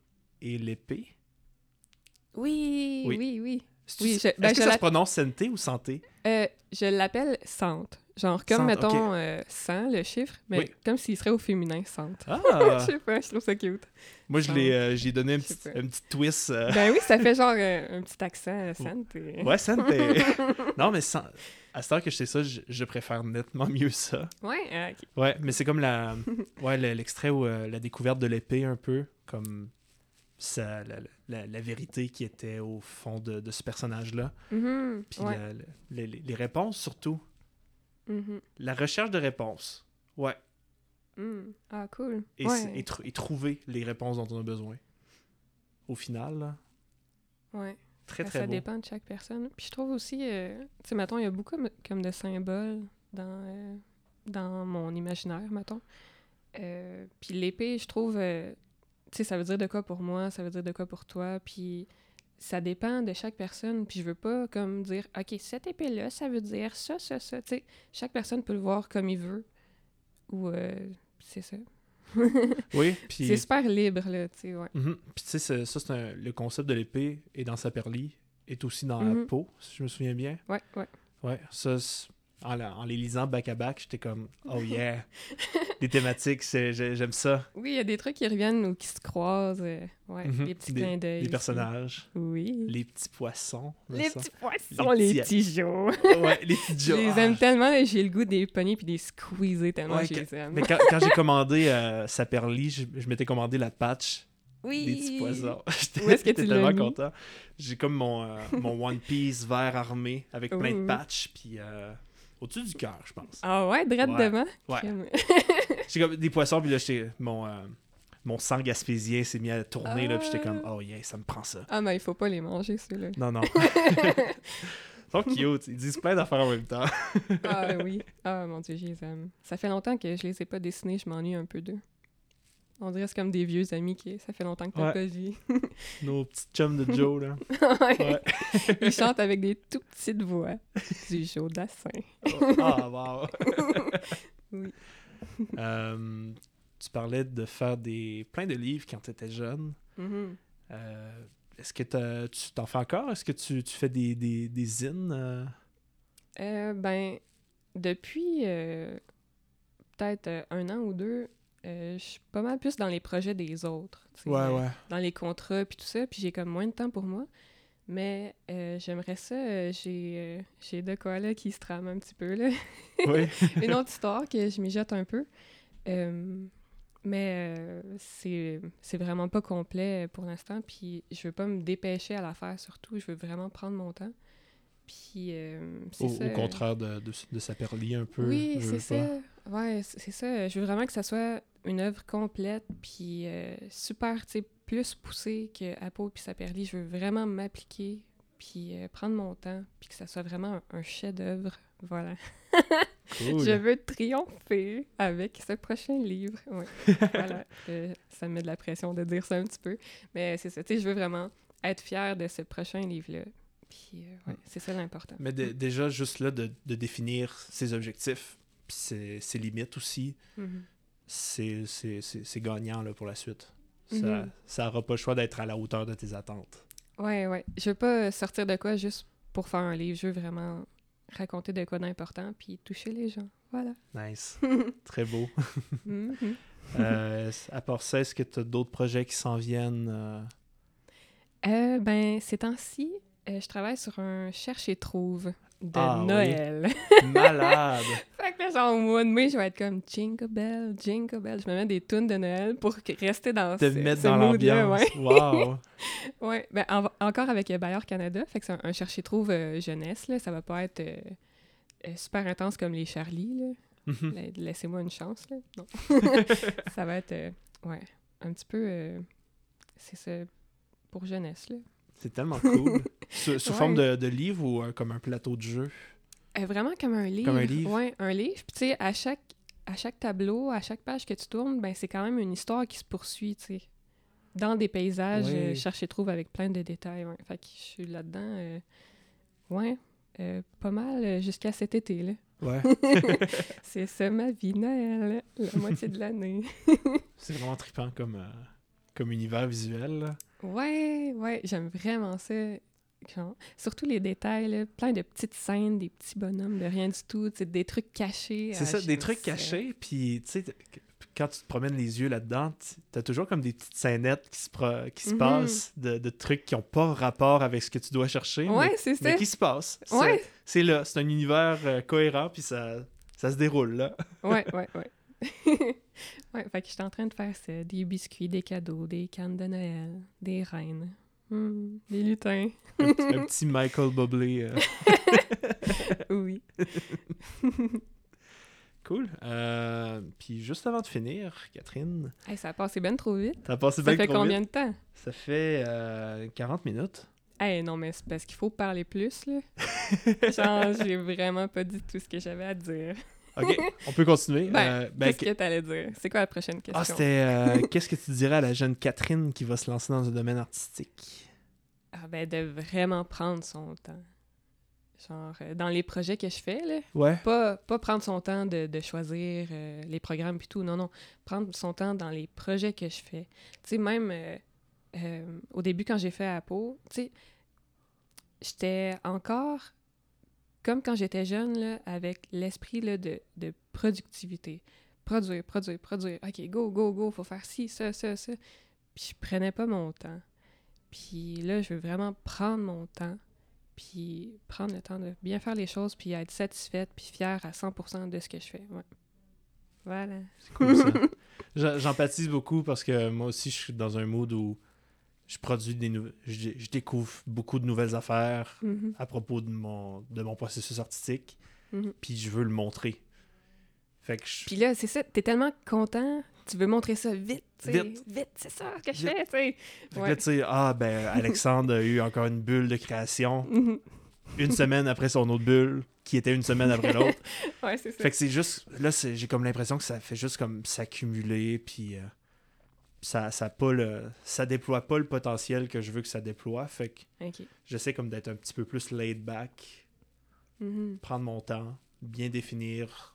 S1: et l'épée.
S2: Oui,
S1: Oui.
S2: oui, oui.
S1: Est-ce
S2: Oui, je-
S1: est-ce
S2: ben,
S1: que
S2: je
S1: ça
S2: la-
S1: se prononce Senté ou Santé?
S2: Euh, je l'appelle Sante. Genre, comme,
S1: Sante,
S2: mettons, euh, 100, le chiffre, mais
S1: Oui.
S2: comme s'il serait au féminin, Sante. je
S1: Ah!
S2: sais pas, je trouve ça cute.
S1: Moi, je l'ai euh, j'ai donné un
S2: Je sais
S1: petit,
S2: pas.
S1: un petit twist. euh,
S2: Ben oui, ça fait genre euh, un petit accent, euh, Sante. et-
S1: Ouais, Senté! non, mais sans- à cette heure que je sais ça, je, je préfère nettement mieux ça.
S2: Ouais, ah, ok.
S1: Ouais, mais c'est comme la ouais le- l'extrait où euh, la découverte de l'épée, un peu, comme ça, la, la- la vérité qui était au fond de, de ce personnage-là.
S2: Mhm,
S1: Puis euh,
S2: ouais.
S1: la- la- les- les- les réponses, surtout.
S2: mhm,
S1: La recherche de réponses. Ouais.
S2: mhm. Ah, cool.
S1: et,
S2: ouais.
S1: s- et tr- et trouver les réponses dont on a besoin. Au final, là,
S2: ouais.
S1: très
S2: Ben,
S1: très
S2: ça
S1: beau.
S2: dépend de chaque personne. Puis je trouve aussi, euh, tu sais, mettons, il y a beaucoup comme, comme de symboles dans, euh, dans mon imaginaire, mettons. Euh, puis l'épée, je trouve, euh, tu sais, ça veut dire de quoi pour moi, ça veut dire de quoi pour toi. Puis ça dépend de chaque personne. Puis je veux pas comme dire, OK, cette épée-là, ça veut dire ça, ça, ça. Tu sais, chaque personne peut le voir comme il veut. Ou, euh, c'est ça.
S1: Oui, puis
S2: C'est super libre, là, tu sais, ouais.
S1: Mhm. Puis tu sais, ce- ça c'est un- le concept de l'épée et dans sa perlie est aussi dans la
S2: Mhm.
S1: peau, si je me souviens bien.
S2: Ouais, ouais.
S1: Ouais, ça c'est- en, la- en les lisant back à back, j'étais comme oh yeah, les thématiques, c'est- j'ai- j'aime ça,
S2: Oui, il y a des trucs qui reviennent ou qui se croisent. euh, ouais,
S1: Mhm.
S2: les petits
S1: Des-
S2: clins d'œil.
S1: les
S2: aussi.
S1: personnages,
S2: Oui.
S1: les petits poissons, me
S2: Les,
S1: semble.
S2: petits poissons,
S1: Les
S2: les
S1: petits-
S2: petits jours.
S1: ouais, les petits
S2: Je
S1: jokes.
S2: les aime tellement, là, j'ai le goût des pogner puis des squeezer tellement
S1: Ouais,
S2: je les aime.
S1: Mais quand, quand j'ai commandé euh, sa perlie, je, je m'étais commandé la patch
S2: Oui.
S1: des petits poissons. J'étais
S2: Où est-ce que
S1: j'étais
S2: tu l'as
S1: tellement
S2: mis?
S1: content. J'ai comme mon, euh, mon One Piece vert armé avec plein de
S2: Ouh.
S1: patchs, puis euh, au-dessus du cœur, je pense.
S2: Ah ouais, drette
S1: Ouais,
S2: devant.
S1: ouais.
S2: Crème.
S1: J'ai comme des poissons, puis là, j'étais- mon, euh, mon sang gaspésien s'est mis à tourner, là, puis j'étais comme, oh yeah, ça me prend ça.
S2: Ah, mais il faut pas les manger, ceux-là.
S1: Non, non. Ils sont cute, ils disent plein d'affaires en même temps.
S2: Ah oui. Ah mon Dieu, je les aime. Ça fait longtemps que je les ai pas dessinés, je m'ennuie un peu d'eux. On dirait que c'est comme des vieux amis qui. Ça fait longtemps que
S1: Ouais.
S2: t'as pas vu.
S1: Nos petits chums de Joe, là. Ouais.
S2: Ils chantent avec des tout petites voix. Du Joe Dassin.
S1: Ah, wow.
S2: Oui.
S1: Euh, tu parlais de faire des plein de livres quand tu étais jeune.
S2: Mhm.
S1: Euh, Est-ce que t'as- tu t'en fais encore? Est-ce que tu, tu fais des, des, des zines? euh?
S2: Euh, ben, depuis euh, peut-être euh, un an ou deux, euh, je suis pas mal plus dans les projets des autres. tu sais, euh, Dans les contrats puis tout ça, puis j'ai comme moins de temps pour moi. Mais euh, j'aimerais ça, euh, j'ai euh, j'ai de quoi là qui se trame un petit peu là.
S1: Oui.
S2: Une autre histoire que je mijote un peu. Euh, mais euh, c'est c'est vraiment pas complet pour l'instant. Puis je veux pas me dépêcher à la faire surtout. Je veux vraiment prendre mon temps. Puis euh, c'est
S1: Au,
S2: ça,
S1: au
S2: euh,
S1: contraire de, de, de sa perlie un peu.
S2: oui,
S1: je veux
S2: c'est ça.
S1: pas.
S2: Ouais, c- c'est ça. Je veux vraiment que ça soit une œuvre complète, puis euh, super, tu sais, plus poussée que Apo puis Saperli. Je veux vraiment m'appliquer, puis euh, prendre mon temps, puis que ça soit vraiment un, un chef-d'œuvre. Voilà.
S1: Cool.
S2: Je veux triompher avec ce prochain livre. Ouais. voilà. Euh, ça me met de la pression de dire ça un petit peu. Mais c'est ça. Tu sais, je veux vraiment être fière de ce prochain livre-là. Puis, euh, ouais, c'est ça l'important.
S1: Mais dé- déjà, juste là, de, de définir ses objectifs, puis ses, ses limites aussi,
S2: Mhm.
S1: c'est c'est- c'est- c'est gagnant là, pour la suite. Ça
S2: Mhm.
S1: ça aura pas le choix d'être à la hauteur de tes attentes.
S2: Ouais, ouais. Je veux pas sortir de quoi juste pour faire un livre-jeu vraiment raconter de quoi d'important puis toucher les gens. Voilà.
S1: Nice. Très beau.
S2: Mhm.
S1: Euh, à part ça, est-ce que tu as d'autres projets qui s'en viennent? euh?
S2: Euh, ben, ces temps-ci, euh, je travaille sur un cherche et trouve de
S1: Ah, oui.
S2: Noël.
S1: Malade!
S2: Fait que là, genre, au mois de mai, je vais être comme Jingle Bell, Jingle Bell. Je me mets des tunes de Noël pour que- rester dans
S1: Te
S2: ce,
S1: mettre
S2: ce
S1: dans
S2: mood-là,
S1: l'ambiance.
S2: Ouais.
S1: Wow!
S2: Ouais. Ben, en- encore avec euh, Bailleur Canada, fait que c'est un, un chercher-trouve euh, jeunesse. Là. Ça va pas être euh, euh, super intense comme les Charlie. là.
S1: Mhm.
S2: La- Laissez-moi une chance. Là. Non. ça va être, euh, ouais, un petit peu. euh, c'est ça pour jeunesse. Là.
S1: C'est tellement cool. sous sous
S2: Ouais.
S1: forme de, de livre ou euh, comme un plateau de jeu?
S2: Euh, vraiment comme un livre.
S1: Comme un livre.
S2: Ouais, un livre. Puis tu sais, à chaque, à chaque tableau, à chaque page que tu tournes, ben c'est quand même une histoire qui se poursuit, tu sais. Dans des paysages,
S1: Oui.
S2: euh, cherche et trouve avec plein de détails. ouais. Fait que je suis là-dedans. euh, ouais, euh, pas mal euh, jusqu'à cet été, là.
S1: Ouais.
S2: C'est ça ma vie, Noël, la moitié de l'année.
S1: C'est vraiment trippant comme, euh, comme univers visuel. là.
S2: Ouais, ouais, j'aime vraiment ça. Genre, surtout les détails, là, plein de petites scènes, des petits bonhommes de rien du tout, tu sais, des trucs cachés.
S1: C'est
S2: Ah,
S1: ça, des
S2: j'aime
S1: trucs
S2: ça.
S1: cachés, puis tu sais, t- quand tu te promènes les yeux là-dedans, t- t'as toujours comme des petites scénettes qui se, pro- qui se
S2: Mhm.
S1: passent, de, de trucs qui n'ont pas rapport avec ce que tu dois chercher,
S2: Ouais,
S1: mais,
S2: c'est ça.
S1: mais qui se passent. C'est-
S2: Ouais.
S1: C'est là, c'est un univers euh, cohérent, puis ça, ça se déroule là.
S2: Ouais, ouais, ouais. ouais, fait que j'étais en train de faire ça. Des biscuits, des cadeaux, des cannes de Noël, des reines, Hmm, des lutins.
S1: Un, petit- un petit Michael Bublé. euh,
S2: Oui.
S1: cool. Euh, puis juste avant de finir, Catherine,
S2: Hey, ça a passé bien trop vite.
S1: t'as passé
S2: Ça
S1: bien
S2: fait
S1: trop
S2: combien
S1: vite.
S2: de temps?
S1: Ça fait euh, 40 minutes.
S2: Hey, non, mais c'est parce qu'il faut parler plus, là. Genre, j'ai vraiment pas dit tout ce que j'avais à dire.
S1: OK, on peut continuer.
S2: Ben,
S1: Euh, ben,
S2: Qu'est-ce que t'allais dire? C'est quoi la prochaine question?
S1: Ah, c'était euh, qu'est-ce que tu dirais à la jeune Catherine qui va se lancer dans le domaine artistique?
S2: Ah, ben, de vraiment prendre son temps. Genre, euh, dans les projets que je fais, là,
S1: Ouais.
S2: pas, pas prendre son temps de, de choisir euh, les programmes puis tout, non, non. Prendre son temps dans les projets que je fais. Tu sais, même euh, euh, au début, quand j'ai fait à Pau, tu sais, j'étais encore comme quand j'étais jeune, là, avec l'esprit là, de, de productivité. Produire, produire, produire. OK, go, go, go, faut faire ci, ça, ça, ça. Puis je prenais pas mon temps. Puis là, je veux vraiment prendre mon temps puis prendre le temps de bien faire les choses, puis être satisfaite, puis fière à 100% de ce que je fais. Ouais. Voilà.
S1: C'est cool ça. J'en- J'empathise beaucoup parce que moi aussi, je suis dans un mood où je produis des nouvelles. Je, je découvre beaucoup de nouvelles affaires
S2: Mhm.
S1: à propos de mon, de mon processus artistique,
S2: Mhm.
S1: puis je veux le montrer. Fait que je.
S2: Puis là, c'est ça, t'es tellement content, tu veux montrer ça vite, tu sais.
S1: Vite.
S2: Vite, c'est ça que je
S1: Vite.
S2: fais,
S1: fait
S2: tu sais.
S1: que
S2: ouais.
S1: là, tu sais, ah, ben, Alexandre a eu encore une bulle de création
S2: Mhm.
S1: une semaine après son autre bulle, qui était une semaine après l'autre.
S2: ouais, c'est ça.
S1: Fait que c'est juste. Là, c'est- j'ai comme l'impression que ça fait juste comme s'accumuler, puis euh, ça, ça, a pas le, ça déploie pas le potentiel que je veux que ça déploie. Fait que
S2: OK.
S1: j'essaie comme d'être un petit peu plus laid back,
S2: Mhm.
S1: prendre mon temps, bien définir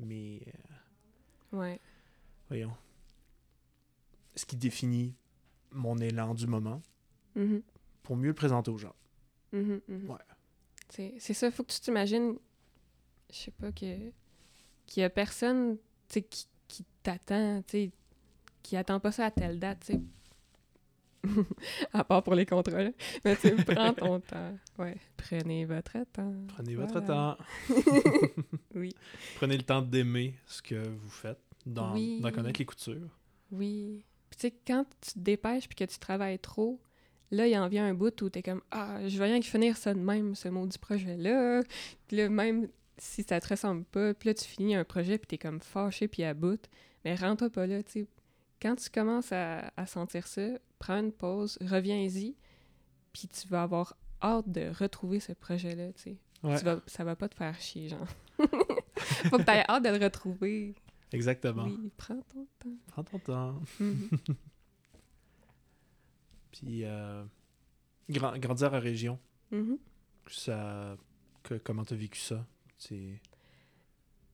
S1: mes. euh,
S2: Ouais.
S1: voyons. Ce qui définit mon élan du moment
S2: Mhm.
S1: pour mieux le présenter aux gens.
S2: Mhm, mhm.
S1: Ouais.
S2: C'est c'est ça, faut que tu t'imagines, je sais pas, que qu'il y a personne tu sais, qui, qui t'attend, tu sais, qui attend pas ça à telle date, tu sais. à part pour les contrats, là. Mais tu sais, prends ton temps. Ouais, prenez votre temps.
S1: Prenez votre
S2: Voilà.
S1: temps,
S2: Oui,
S1: prenez le temps d'aimer ce que vous faites, d'en
S2: Oui.
S1: d'en connaître les coutures.
S2: oui. Puis tu sais, quand tu te dépêches puis que tu travailles trop, là, il en vient un bout où t'es comme « Ah, je veux rien que finir ça de même, ce maudit projet-là. » Puis là, même si ça te ressemble pas, puis là, tu finis un projet puis t'es comme fâché puis à bout, mais rentre pas là, tu sais. Quand tu commences à, à sentir ça, prends une pause, reviens-y, puis tu vas avoir hâte de retrouver ce projet-là, tu sais.
S1: Ouais.
S2: Tu vas- ça va pas te faire chier, genre. Faut que t'aies hâte de le retrouver.
S1: Exactement.
S2: Oui, prends ton temps.
S1: Prends ton temps.
S2: Mhm.
S1: Puis euh, gran- grandir en région,
S2: Mhm.
S1: ça, que, comment t'as vécu ça? C'est-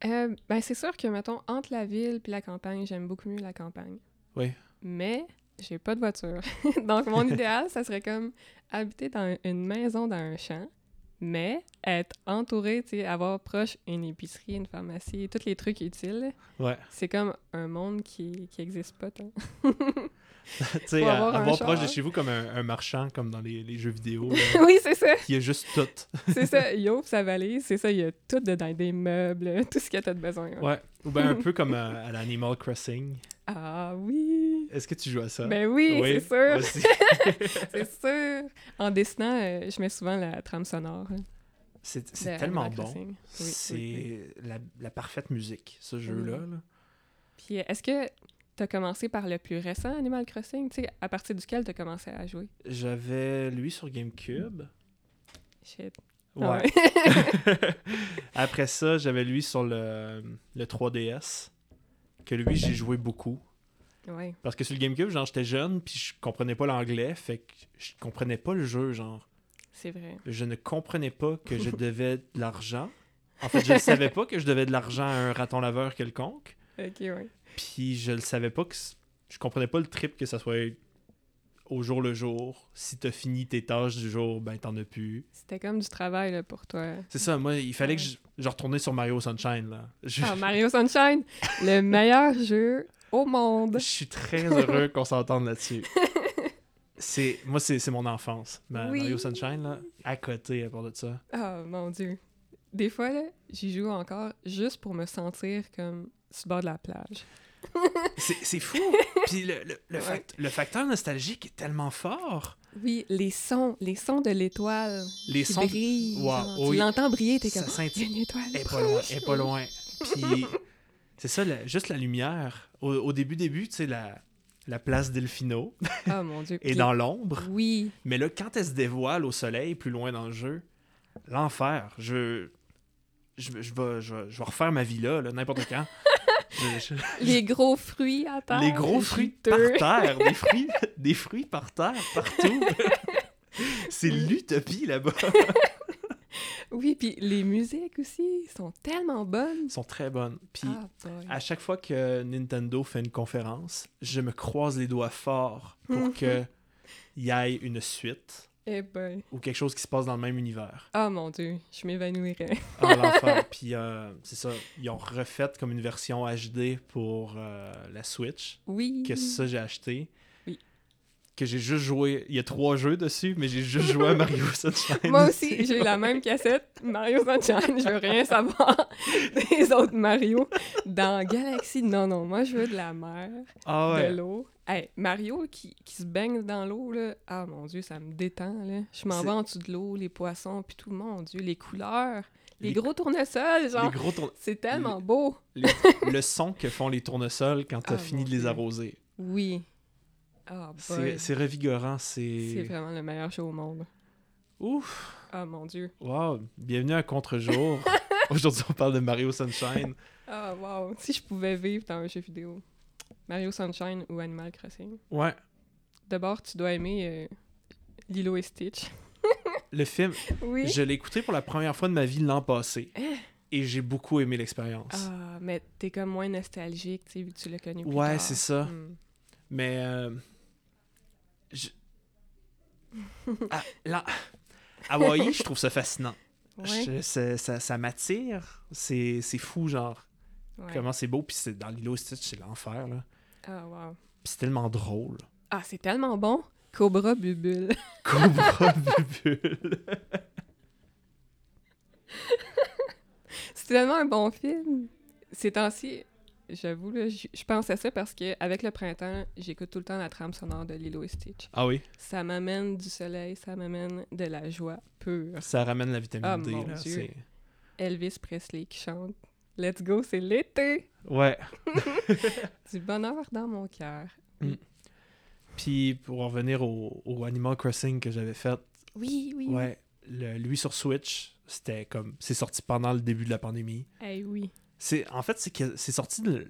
S2: Euh, ben, c'est sûr que, mettons, entre la ville puis la campagne, j'aime beaucoup mieux la campagne.
S1: Oui.
S2: Mais j'ai pas de voiture. Donc, mon idéal, ça serait comme habiter dans une maison dans un champ, Mais être entouré, tu sais, avoir proche une épicerie, une pharmacie, tous les trucs utiles,
S1: Ouais.
S2: c'est comme un monde qui qui existe pas tant.
S1: tu sais,
S2: Faut avoir
S1: à-
S2: un
S1: avoir
S2: char. hein.
S1: proche de chez vous comme un, un marchand, comme dans les, les jeux vidéo, là,
S2: oui, c'est ça.
S1: qui est juste tout.
S2: C'est ça, il ouvre sa valise, c'est ça, il y a tout dedans, des meubles, tout ce que t'as de besoin. ouais.
S1: Ouais. Ou bien un peu comme euh, à l'Animal Crossing.
S2: Ah oui!
S1: Est-ce que tu joues à ça?
S2: Ben oui,
S1: Oui,
S2: c'est sûr,
S1: Vas-y.
S2: c'est sûr. En dessinant, euh, je mets souvent la trame sonore. hein,
S1: C'est
S2: de
S1: c'est
S2: ben, Animal
S1: tellement bon.
S2: Crossing. Oui, oui,
S1: c'est
S2: oui. Mm.
S1: La, la parfaite musique, ce jeu-là. là.
S2: Puis euh, est-ce que t'as commencé par le plus récent Animal Crossing, tu sais, à partir duquel t'as commencé à jouer?
S1: J'avais lui sur GameCube.
S2: Shit.
S1: Ouais.
S2: Ah
S1: Après ça, j'avais lui sur le, le 3DS, que lui, j'ai joué beaucoup.
S2: ouais. Ouais.
S1: Parce que sur le GameCube, genre, j'étais jeune, puis je comprenais pas l'anglais, fait que je comprenais pas le jeu, genre.
S2: c'est vrai.
S1: je ne comprenais pas que je devais de l'argent. En fait, je ne savais pas que je devais de l'argent à un raton laveur quelconque.
S2: Ok, ouais.
S1: Puis je ne savais pas que c- je comprenais pas le trip que ça soit au jour le jour. Si t'as fini tes tâches du jour, ben t'en as plus.
S2: C'était comme du travail là, pour toi.
S1: C'est ça, moi, il fallait que je, je retournais sur Mario Sunshine. Là. Je,
S2: Ah, Mario Sunshine, le meilleur jeu au monde.
S1: je suis très heureux qu'on s'entende là-dessus. C'est, moi, c'est, c'est mon enfance. Ma-
S2: Oui.
S1: Mario Sunshine, là, à côté, à part de ça.
S2: Ah, mon Dieu. Des fois, là, j'y joue encore juste pour me sentir comme sur le bord de la plage.
S1: C'est c'est fou. Puis le, le- le
S2: Ouais.
S1: fact- le facteur nostalgique est tellement fort.
S2: Oui, les sons, les sons de l'étoile
S1: Les
S2: qui
S1: sons.
S2: brille.
S1: Wow,
S2: genre,
S1: oui.
S2: Tu l'entends briller, t'es
S1: Ça
S2: comme, oh, il y a
S1: scintille.
S2: une étoile.
S1: Elle est pas loin. Elle est pas loin. Puis c'est ça, la- juste la lumière. Au, au début, début, tu sais, la, la place Delfino
S2: Ah, mon Dieu.
S1: est
S2: Puis-
S1: dans l'ombre.
S2: Oui,
S1: Mais là, quand elle se dévoile au soleil, plus loin dans le jeu, l'enfer. Je. Je, je vais, je, vais- je vais refaire ma vie là, là, n'importe quand. Je- je-
S2: les gros fruits à terre.
S1: les gros fruits par
S2: juteux.
S1: terre, des fruits, des fruits par terre, partout. C'est l'utopie là-bas.
S2: Oui, puis les musiques aussi sont tellement bonnes.
S1: sont très bonnes. Puis
S2: Ah, boy.
S1: à chaque fois que Nintendo fait une conférence, je me croise les doigts fort pour que y ait une suite
S2: Eh ben.
S1: ou quelque chose qui se passe dans le même univers.
S2: Ah, mon Dieu, je m'évanouirais.
S1: Ah, l'enfer. Puis euh, c'est ça, ils ont refait comme une version HD pour euh, la Switch,
S2: Oui.
S1: que ça j'ai acheté.
S2: Mhm. Oui.
S1: Que j'ai juste joué, il y a trois jeux dessus, mais j'ai juste joué à Mario Sunshine.
S2: Moi aussi, j'ai la même cassette, Mario Sunshine, je veux rien savoir des autres Mario. Dans Galaxy, non, non, moi je veux de la mer,
S1: Ah ouais.
S2: de l'eau. Hey, Mario qui, qui se baigne dans l'eau, là, ah mon Dieu, ça me détend, là. Je m'en
S1: C'est-
S2: vais en dessous de l'eau, les poissons, puis tout, mon Dieu, les couleurs, les,
S1: Les-
S2: gros tournesols,
S1: Les
S2: genre,
S1: gros tourne-
S2: c'est tellement beau.
S1: le son que font les tournesols quand t'as
S2: Ah,
S1: fini
S2: mon
S1: de les
S2: Dieu.
S1: arroser.
S2: Oui. Ah, boy.
S1: C'est c'est revigorant, c'est...
S2: C'est vraiment le meilleur jeu au monde.
S1: Ouf!
S2: Ah, mon Dieu.
S1: Wow! Bienvenue à Contre-jour. Aujourd'hui, on parle de Mario Sunshine.
S2: Ah, wow. Si je pouvais vivre dans un jeu vidéo, Mario Sunshine ou Animal Crossing.
S1: Ouais,
S2: D'abord, tu dois aimer euh, Lilo et Stitch.
S1: le film,
S2: Oui. Eh.
S1: je l'ai écouté pour la première fois de ma vie l'an passé. Et j'ai beaucoup aimé l'expérience.
S2: Ah, mais t'es comme moins nostalgique, tu sais, vu que tu l'as connu plus
S1: ouais,
S2: tard.
S1: c'est ça.
S2: Hmm.
S1: Mais. euh, je- Ah, là- Hawaï, je trouve ça fascinant.
S2: Ouais,
S1: Je- ça ça- ça m'attire. C'est c'est fou, genre.
S2: ouais.
S1: Comment c'est beau. Puis c'est- dans l'îlot Stitch, c'est l'enfer, là.
S2: Ah, wow.
S1: Puis c'est tellement drôle.
S2: Ah, c'est tellement bon. Cobra Bubule.
S1: Cobra Bubule.
S2: c'est tellement un bon film. Ces temps-ci, j'avoue, là, j- je pense à ça parce que avec le printemps, j'écoute tout le temps la trame sonore de Lilo et Stitch.
S1: Ah oui,
S2: Ça m'amène du soleil, ça m'amène de la joie pure.
S1: ça ramène la vitamine
S2: Ah,
S1: D,
S2: mon
S1: là.
S2: Dieu.
S1: c'est-
S2: Elvis Presley qui chante Let's go, c'est l'été!
S1: Ouais.
S2: Du bonheur dans mon cœur.
S1: Puis pour en revenir au, au Animal Crossing que j'avais fait,
S2: Oui, oui. oui.
S1: ouais, le- lui sur Switch, c'était comme c'est sorti pendant le début de la pandémie.
S2: Eh oui.
S1: C'est en fait c'est que c'est sorti le,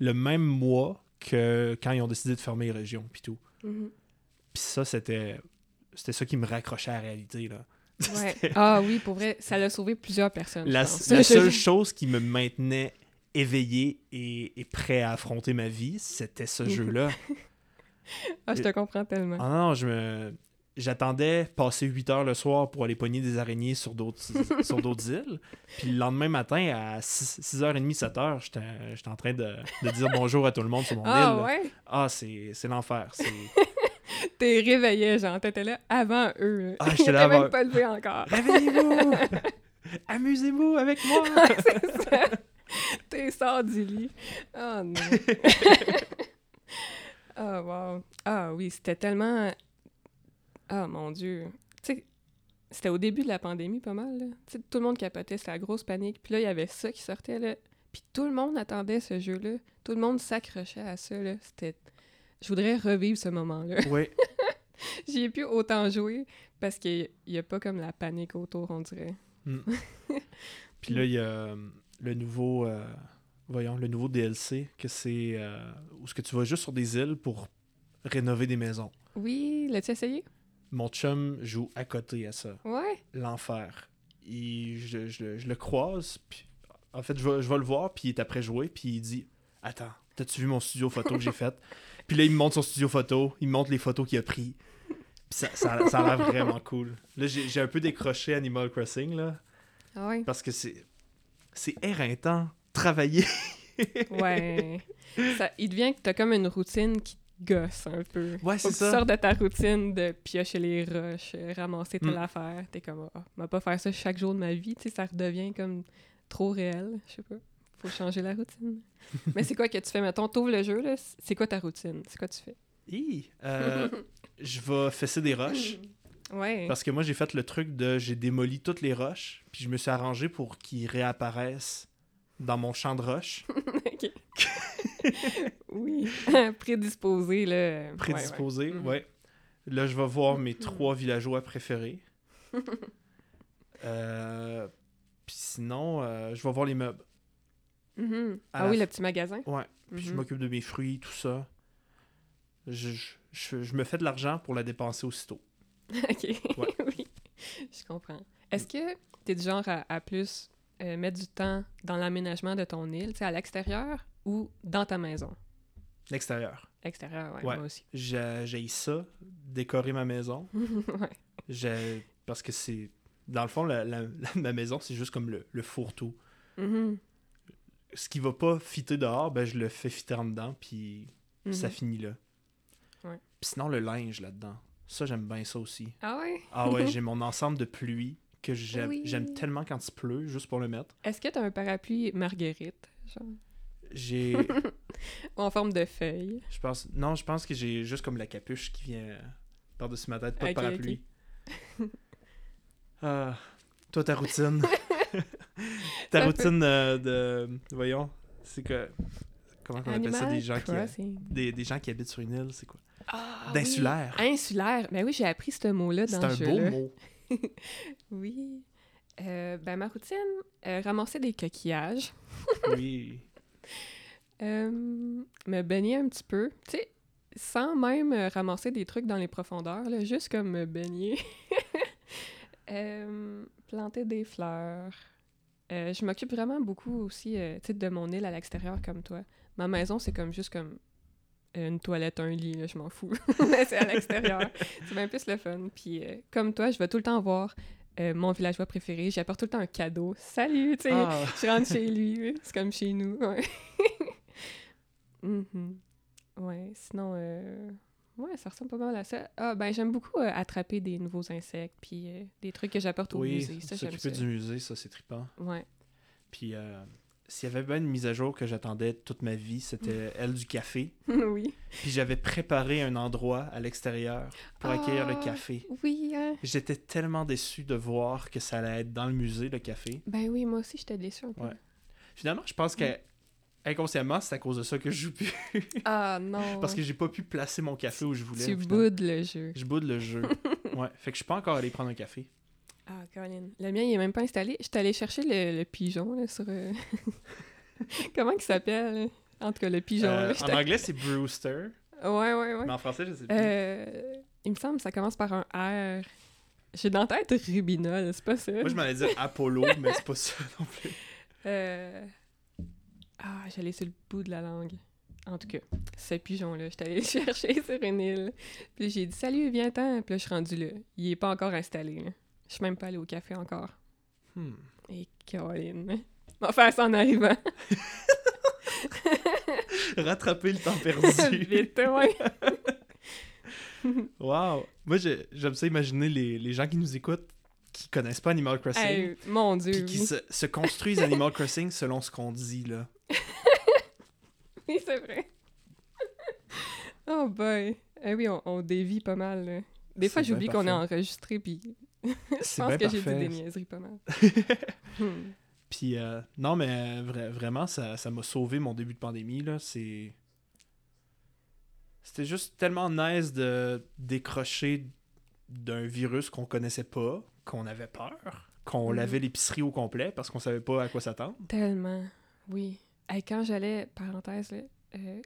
S1: le même mois que quand ils ont décidé de fermer les régions puis tout.
S2: Mhm.
S1: Puis ça c'était c'était ça qui me raccrochait à la réalité là.
S2: Ouais.
S1: C'était
S2: Ah oui, pour vrai, ça l'a sauvé plusieurs personnes.
S1: la,
S2: je pense.
S1: la seule chose qui me maintenait éveillé et, et prêt à affronter ma vie, c'était ce jeu là.
S2: ah, je te comprends tellement.
S1: Ah non, je me. j'attendais passer 8 heures le soir pour aller pogner des araignées sur d'autres sur d'autres îles. Puis le lendemain matin, à 6, 6h30, 7h, j'étais j'étais en train de, de dire bonjour à tout le monde sur mon
S2: Ah
S1: île.
S2: ouais?
S1: Ah, c'est c'est l'enfer. c'est-
S2: T'es réveillé, genre, t'étais là avant eux. là.
S1: Ah,
S2: Ils
S1: j'étais là
S2: étaient même
S1: avant-
S2: pas levé encore.
S1: Réveillez-vous! Amusez-vous avec moi!
S2: C'est ça. T'es sort du lit. Oh non. Ah wow. Ah oui, c'était tellement... Ah mon Dieu. Tu sais, c'était au début de la pandémie pas mal. là. Tu sais, tout le monde capotait, c'était la grosse panique. Puis là, il y avait ça qui sortait, là. Puis tout le monde attendait ce jeu-là. Tout le monde s'accrochait à ça, là. C'était... Je voudrais revivre ce moment-là.
S1: Oui,
S2: J'y ai plus autant joué parce qu'il n'y a pas comme la panique autour, on dirait.
S1: Puis là, il y a euh, le nouveau, euh, voyons, le nouveau DLC que c'est euh, où ce que tu vas juste sur des îles pour rénover des maisons.
S2: Oui, l'as-tu essayé?
S1: Mon chum joue à côté à ça.
S2: Ouais.
S1: L'enfer. Il- Je, je- je le croise, puis en fait, je vais, je vais le voir, puis il est après jouer, puis il dit Attends, t'as-tu vu mon studio photo que j'ai fait Puis là, il me montre son studio photo, il me montre les photos qu'il a pris. Puis ça, ça, ça a l'air vraiment cool. Là, j'ai j'ai un peu décroché Animal Crossing, là.
S2: Ah ouais.
S1: Parce que c'est. C'est éreintant. Travailler.
S2: Ouais. Ça- il devient que t'as comme une routine qui te gosse un peu.
S1: Ouais, c'est
S2: Faut que tu
S1: ça.
S2: sors de ta routine de piocher les roches, euh, ramasser telle
S1: Mm.
S2: affaire. T'es comme, ah, m'a pas faire ça chaque jour de ma vie. Tu sais, ça redevient comme trop réel. Je sais pas. Faut changer la routine. Mais c'est quoi que tu fais? Mettons, t'ouvres le jeu, là. C'est quoi ta routine? C'est quoi tu fais?
S1: Hi, euh, je vais fesser des roches.
S2: Ouais.
S1: Parce que moi, j'ai fait le truc de. J'ai démoli toutes les roches, puis je me suis arrangé pour qu'ils réapparaissent dans mon champ de roches,
S2: OK. oui. Prédisposé, là. euh, ouais, ouais.
S1: prédisposé. Ouais,
S2: Mhm.
S1: Là, je vais voir mes trois villageois préférés. Euh, puis sinon, euh, je vais voir les meubles.
S2: Mhm.
S1: À
S2: Ah
S1: la
S2: oui,
S1: fin.
S2: le petit magasin.
S1: Ouais. Puis je
S2: Mhm.
S1: m'occupe de mes fruits, tout ça. Je, je- je- je me fais de l'argent pour la dépenser aussitôt.
S2: OK.
S1: Ouais.
S2: oui, je comprends. Est-ce que tu es du genre à, à plus euh, mettre du temps dans l'aménagement de ton île, tu sais, à l'extérieur ou dans ta maison?
S1: L'extérieur.
S2: Extérieur, ouais,
S1: Ouais.
S2: moi aussi.
S1: J'ai j'ai ça, décorer ma maison.
S2: ouais.
S1: J'ai- Parce que c'est. Dans le fond, la, la- la- ma maison, c'est juste comme le, le fourre-tout.
S2: Mhm,
S1: Ce qui va pas fitter dehors, ben, je le fais fitter en dedans, puis
S2: mhm.
S1: ça finit là.
S2: Ouais.
S1: Puis sinon, le linge là-dedans. Ça, j'aime bien ça aussi.
S2: Ah ouais?
S1: Ah ouais, j'ai mon ensemble de pluie que j'aime
S2: Oui.
S1: j'aime tellement quand il pleut, juste pour le mettre.
S2: Est-ce que tu as un parapluie marguerite, genre,
S1: J'ai.
S2: ou en forme de feuille?
S1: je pense. Non, je pense que j'ai juste comme la capuche qui vient par-dessus ma tête, pas
S2: Ok,
S1: de parapluie. Ah, toi, ta routine. ta
S2: Ça
S1: routine euh, de. Voyons, c'est que. Comment on appelle ça des gens, qui, euh,
S2: Crossing.
S1: des, des gens qui habitent sur une île, c'est quoi
S2: Ah, oui.
S1: D'insulaire.
S2: Insulaire. Ben oui, j'ai appris ce mot-là dans
S1: C'est
S2: le
S1: un beau
S2: jeu.
S1: mot.
S2: Oui. Euh, ben, ma routine, euh, ramasser des coquillages.
S1: Oui.
S2: Euh, me baigner un petit peu, tu sais, sans même euh, ramasser des trucs dans les profondeurs, là, juste comme me baigner. Euh, planter des fleurs. Euh, je m'occupe vraiment beaucoup aussi, euh, tu sais, de mon île à l'extérieur comme toi. Ma maison, c'est comme juste comme une toilette, un lit, là, je m'en fous. Mais c'est à l'extérieur. c'est bien plus le fun. Puis euh, comme toi, je vais tout le temps voir euh, mon villageois préféré. J'apporte tout le temps un cadeau. Salut, tu sais.
S1: Ah,
S2: Je rentre chez lui, oui. c'est comme chez nous. Ouais, Mhm. Ouais, sinon, euh, ouais, ça ressemble pas mal à ça. Ah, ben, j'aime beaucoup euh, attraper des nouveaux insectes, puis euh, des trucs que j'apporte au musée.
S1: oui,
S2: Ça, j'aime ça.
S1: s'occuper du musée, ça, c'est trippant.
S2: Ouais.
S1: Puis, euh, s'il y avait bien une mise à jour que j'attendais toute ma vie, c'était elle du café.
S2: oui.
S1: Puis j'avais préparé un endroit à l'extérieur pour accueillir le
S2: Ah.
S1: café.
S2: Oui, hein.
S1: J'étais tellement déçu de voir que ça allait être dans le musée, le café.
S2: Ben oui, moi aussi, j'étais déçue un peu.
S1: Ouais. Finalement, je pense
S2: Mm.
S1: que inconsciemment, c'est à cause de ça que je joue plus.
S2: Ah non.
S1: Parce que j'ai pas pu placer mon café où je voulais.
S2: tu
S1: au final.
S2: boudes le jeu.
S1: Je boude le jeu. ouais. Fait que je suis pas encore allé prendre un café.
S2: Ah, Caroline. Le mien, il est même pas installé. J'étais allée chercher le, le pigeon, là, sur. euh, Comment il s'appelle? En tout cas, le pigeon.
S1: Euh,
S2: là,
S1: en
S2: j'étais-
S1: anglais, c'est Brewster.
S2: Ouais, ouais, ouais.
S1: Mais en français, je sais plus.
S2: Euh, il me semble que ça commence par un R. J'ai dans la tête Rubinol, c'est pas ça?
S1: Moi, je m'en allais dire Apollo, mais c'est pas ça non plus.
S2: Euh, Ah, j'allais sur le bout de la langue. En tout cas, ce pigeon-là, j'étais allée le chercher sur une île. Puis j'ai dit Salut, viens-t'en. Puis là, je suis rendue là. Il est pas encore installé. là. Je suis même pas allée au café encore.
S1: Hmm.
S2: Et Caroline. On va faire ça en arrivant.
S1: Rattraper le temps perdu.
S2: Vite, ouais.
S1: Ah, wow. Moi, je- j'aime ça imaginer les, les gens qui nous écoutent qui connaissent pas Animal Crossing.
S2: Hey, mon Dieu.
S1: Puis qui
S2: oui.
S1: se, se construisent Animal Crossing selon ce qu'on dit, là.
S2: Oui, c'est vrai. oh boy. Eh oui, on, on dévie pas mal. là. Des fois,
S1: C'est
S2: j'oublie
S1: bien
S2: qu'on a
S1: parfait.
S2: enregistré, puis je
S1: C'est
S2: pense
S1: bien
S2: que j'ai dit
S1: parfait.
S2: des niaiseries pas mal. Hmm.
S1: Puis, euh, non, mais euh, vra- vraiment, ça ça m'a sauvé mon début de pandémie, là. C'est. C'était juste tellement nice de décrocher d'un virus qu'on connaissait pas, qu'on avait peur, qu'on
S2: Mhm.
S1: lavait l'épicerie au complet parce qu'on savait pas à quoi s'attendre.
S2: Tellement, oui. Hey, quand j'allais, parenthèse, là, euh,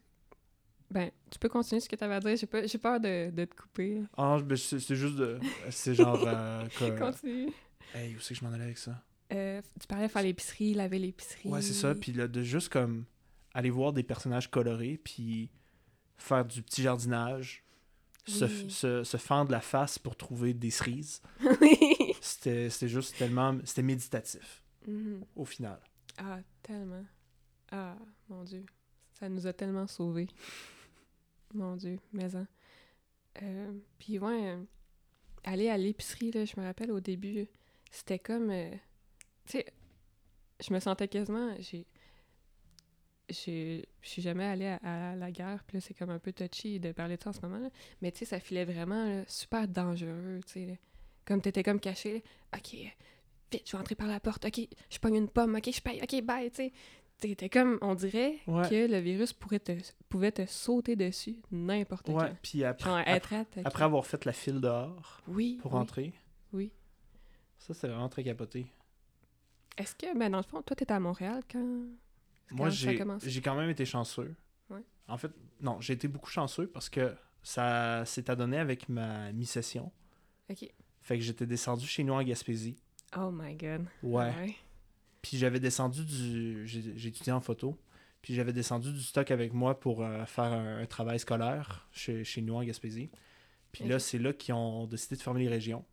S2: ben, tu peux continuer ce que tu avais à dire. J'ai pas- j'ai peur de, de te couper.
S1: Ah, ben, c'est c'est juste de. C'est genre. euh, que-
S2: Continue.
S1: Hey, où c'est que je m'en allais avec ça?
S2: Euh, tu parlais de faire l'épicerie, laver l'épicerie.
S1: Ouais, c'est ça. Puis là, de juste comme aller voir des personnages colorés, puis faire du petit jardinage, se,
S2: Oui.
S1: se, se fendre la face pour trouver des cerises.
S2: oui.
S1: C'était c'était juste tellement. C'était méditatif,
S2: Mhm.
S1: au final.
S2: Ah, tellement. Ah, mon Dieu. Ça nous a tellement sauvés. Mon Dieu, hein. maison. Euh, Puis, ouais, euh, aller à l'épicerie, là, je me rappelle au début, c'était comme. euh, tu sais, je me sentais quasiment. J'ai. j'ai- Je suis jamais allée à, à la guerre, puis là, c'est comme un peu touchy de parler de ça en ce moment, là. Mais tu sais, ça filait vraiment là, super dangereux, tu sais. là. Comme t'étais comme caché, là. OK, vite, je vais entrer par la porte, ok, je pogne une pomme, ok, je paye, ok, bye, tu sais. T'étais comme, on dirait
S1: Ouais.
S2: que le virus pourrait te, pouvait te sauter dessus n'importe
S1: Ouais, puis
S2: quand.
S1: après,
S2: Genre
S1: ap-
S2: être attaqué.
S1: après avoir fait la file dehors
S2: oui,
S1: pour
S2: oui.
S1: entrer,
S2: oui.
S1: ça, c'était vraiment très capoté.
S2: Est-ce que, ben dans le fond, toi, t'étais à Montréal quand...
S1: Moi,
S2: quand ça a
S1: j'ai
S2: commencé?
S1: j'ai quand même été chanceux.
S2: Ouais.
S1: En fait, non, j'ai été beaucoup chanceux parce que ça s'est adonné avec ma mi-session.
S2: Ok.
S1: Fait que j'étais descendu chez nous en Gaspésie.
S2: Oh my God.
S1: Ouais.
S2: Ah
S1: Puis j'avais descendu du. j'ai- J'étudiais en photo. Puis j'avais descendu du stock avec moi pour euh, faire un, un travail scolaire chez, chez nous en Gaspésie. Puis là,
S2: Ok.
S1: c'est là qu'ils ont décidé de fermer les régions.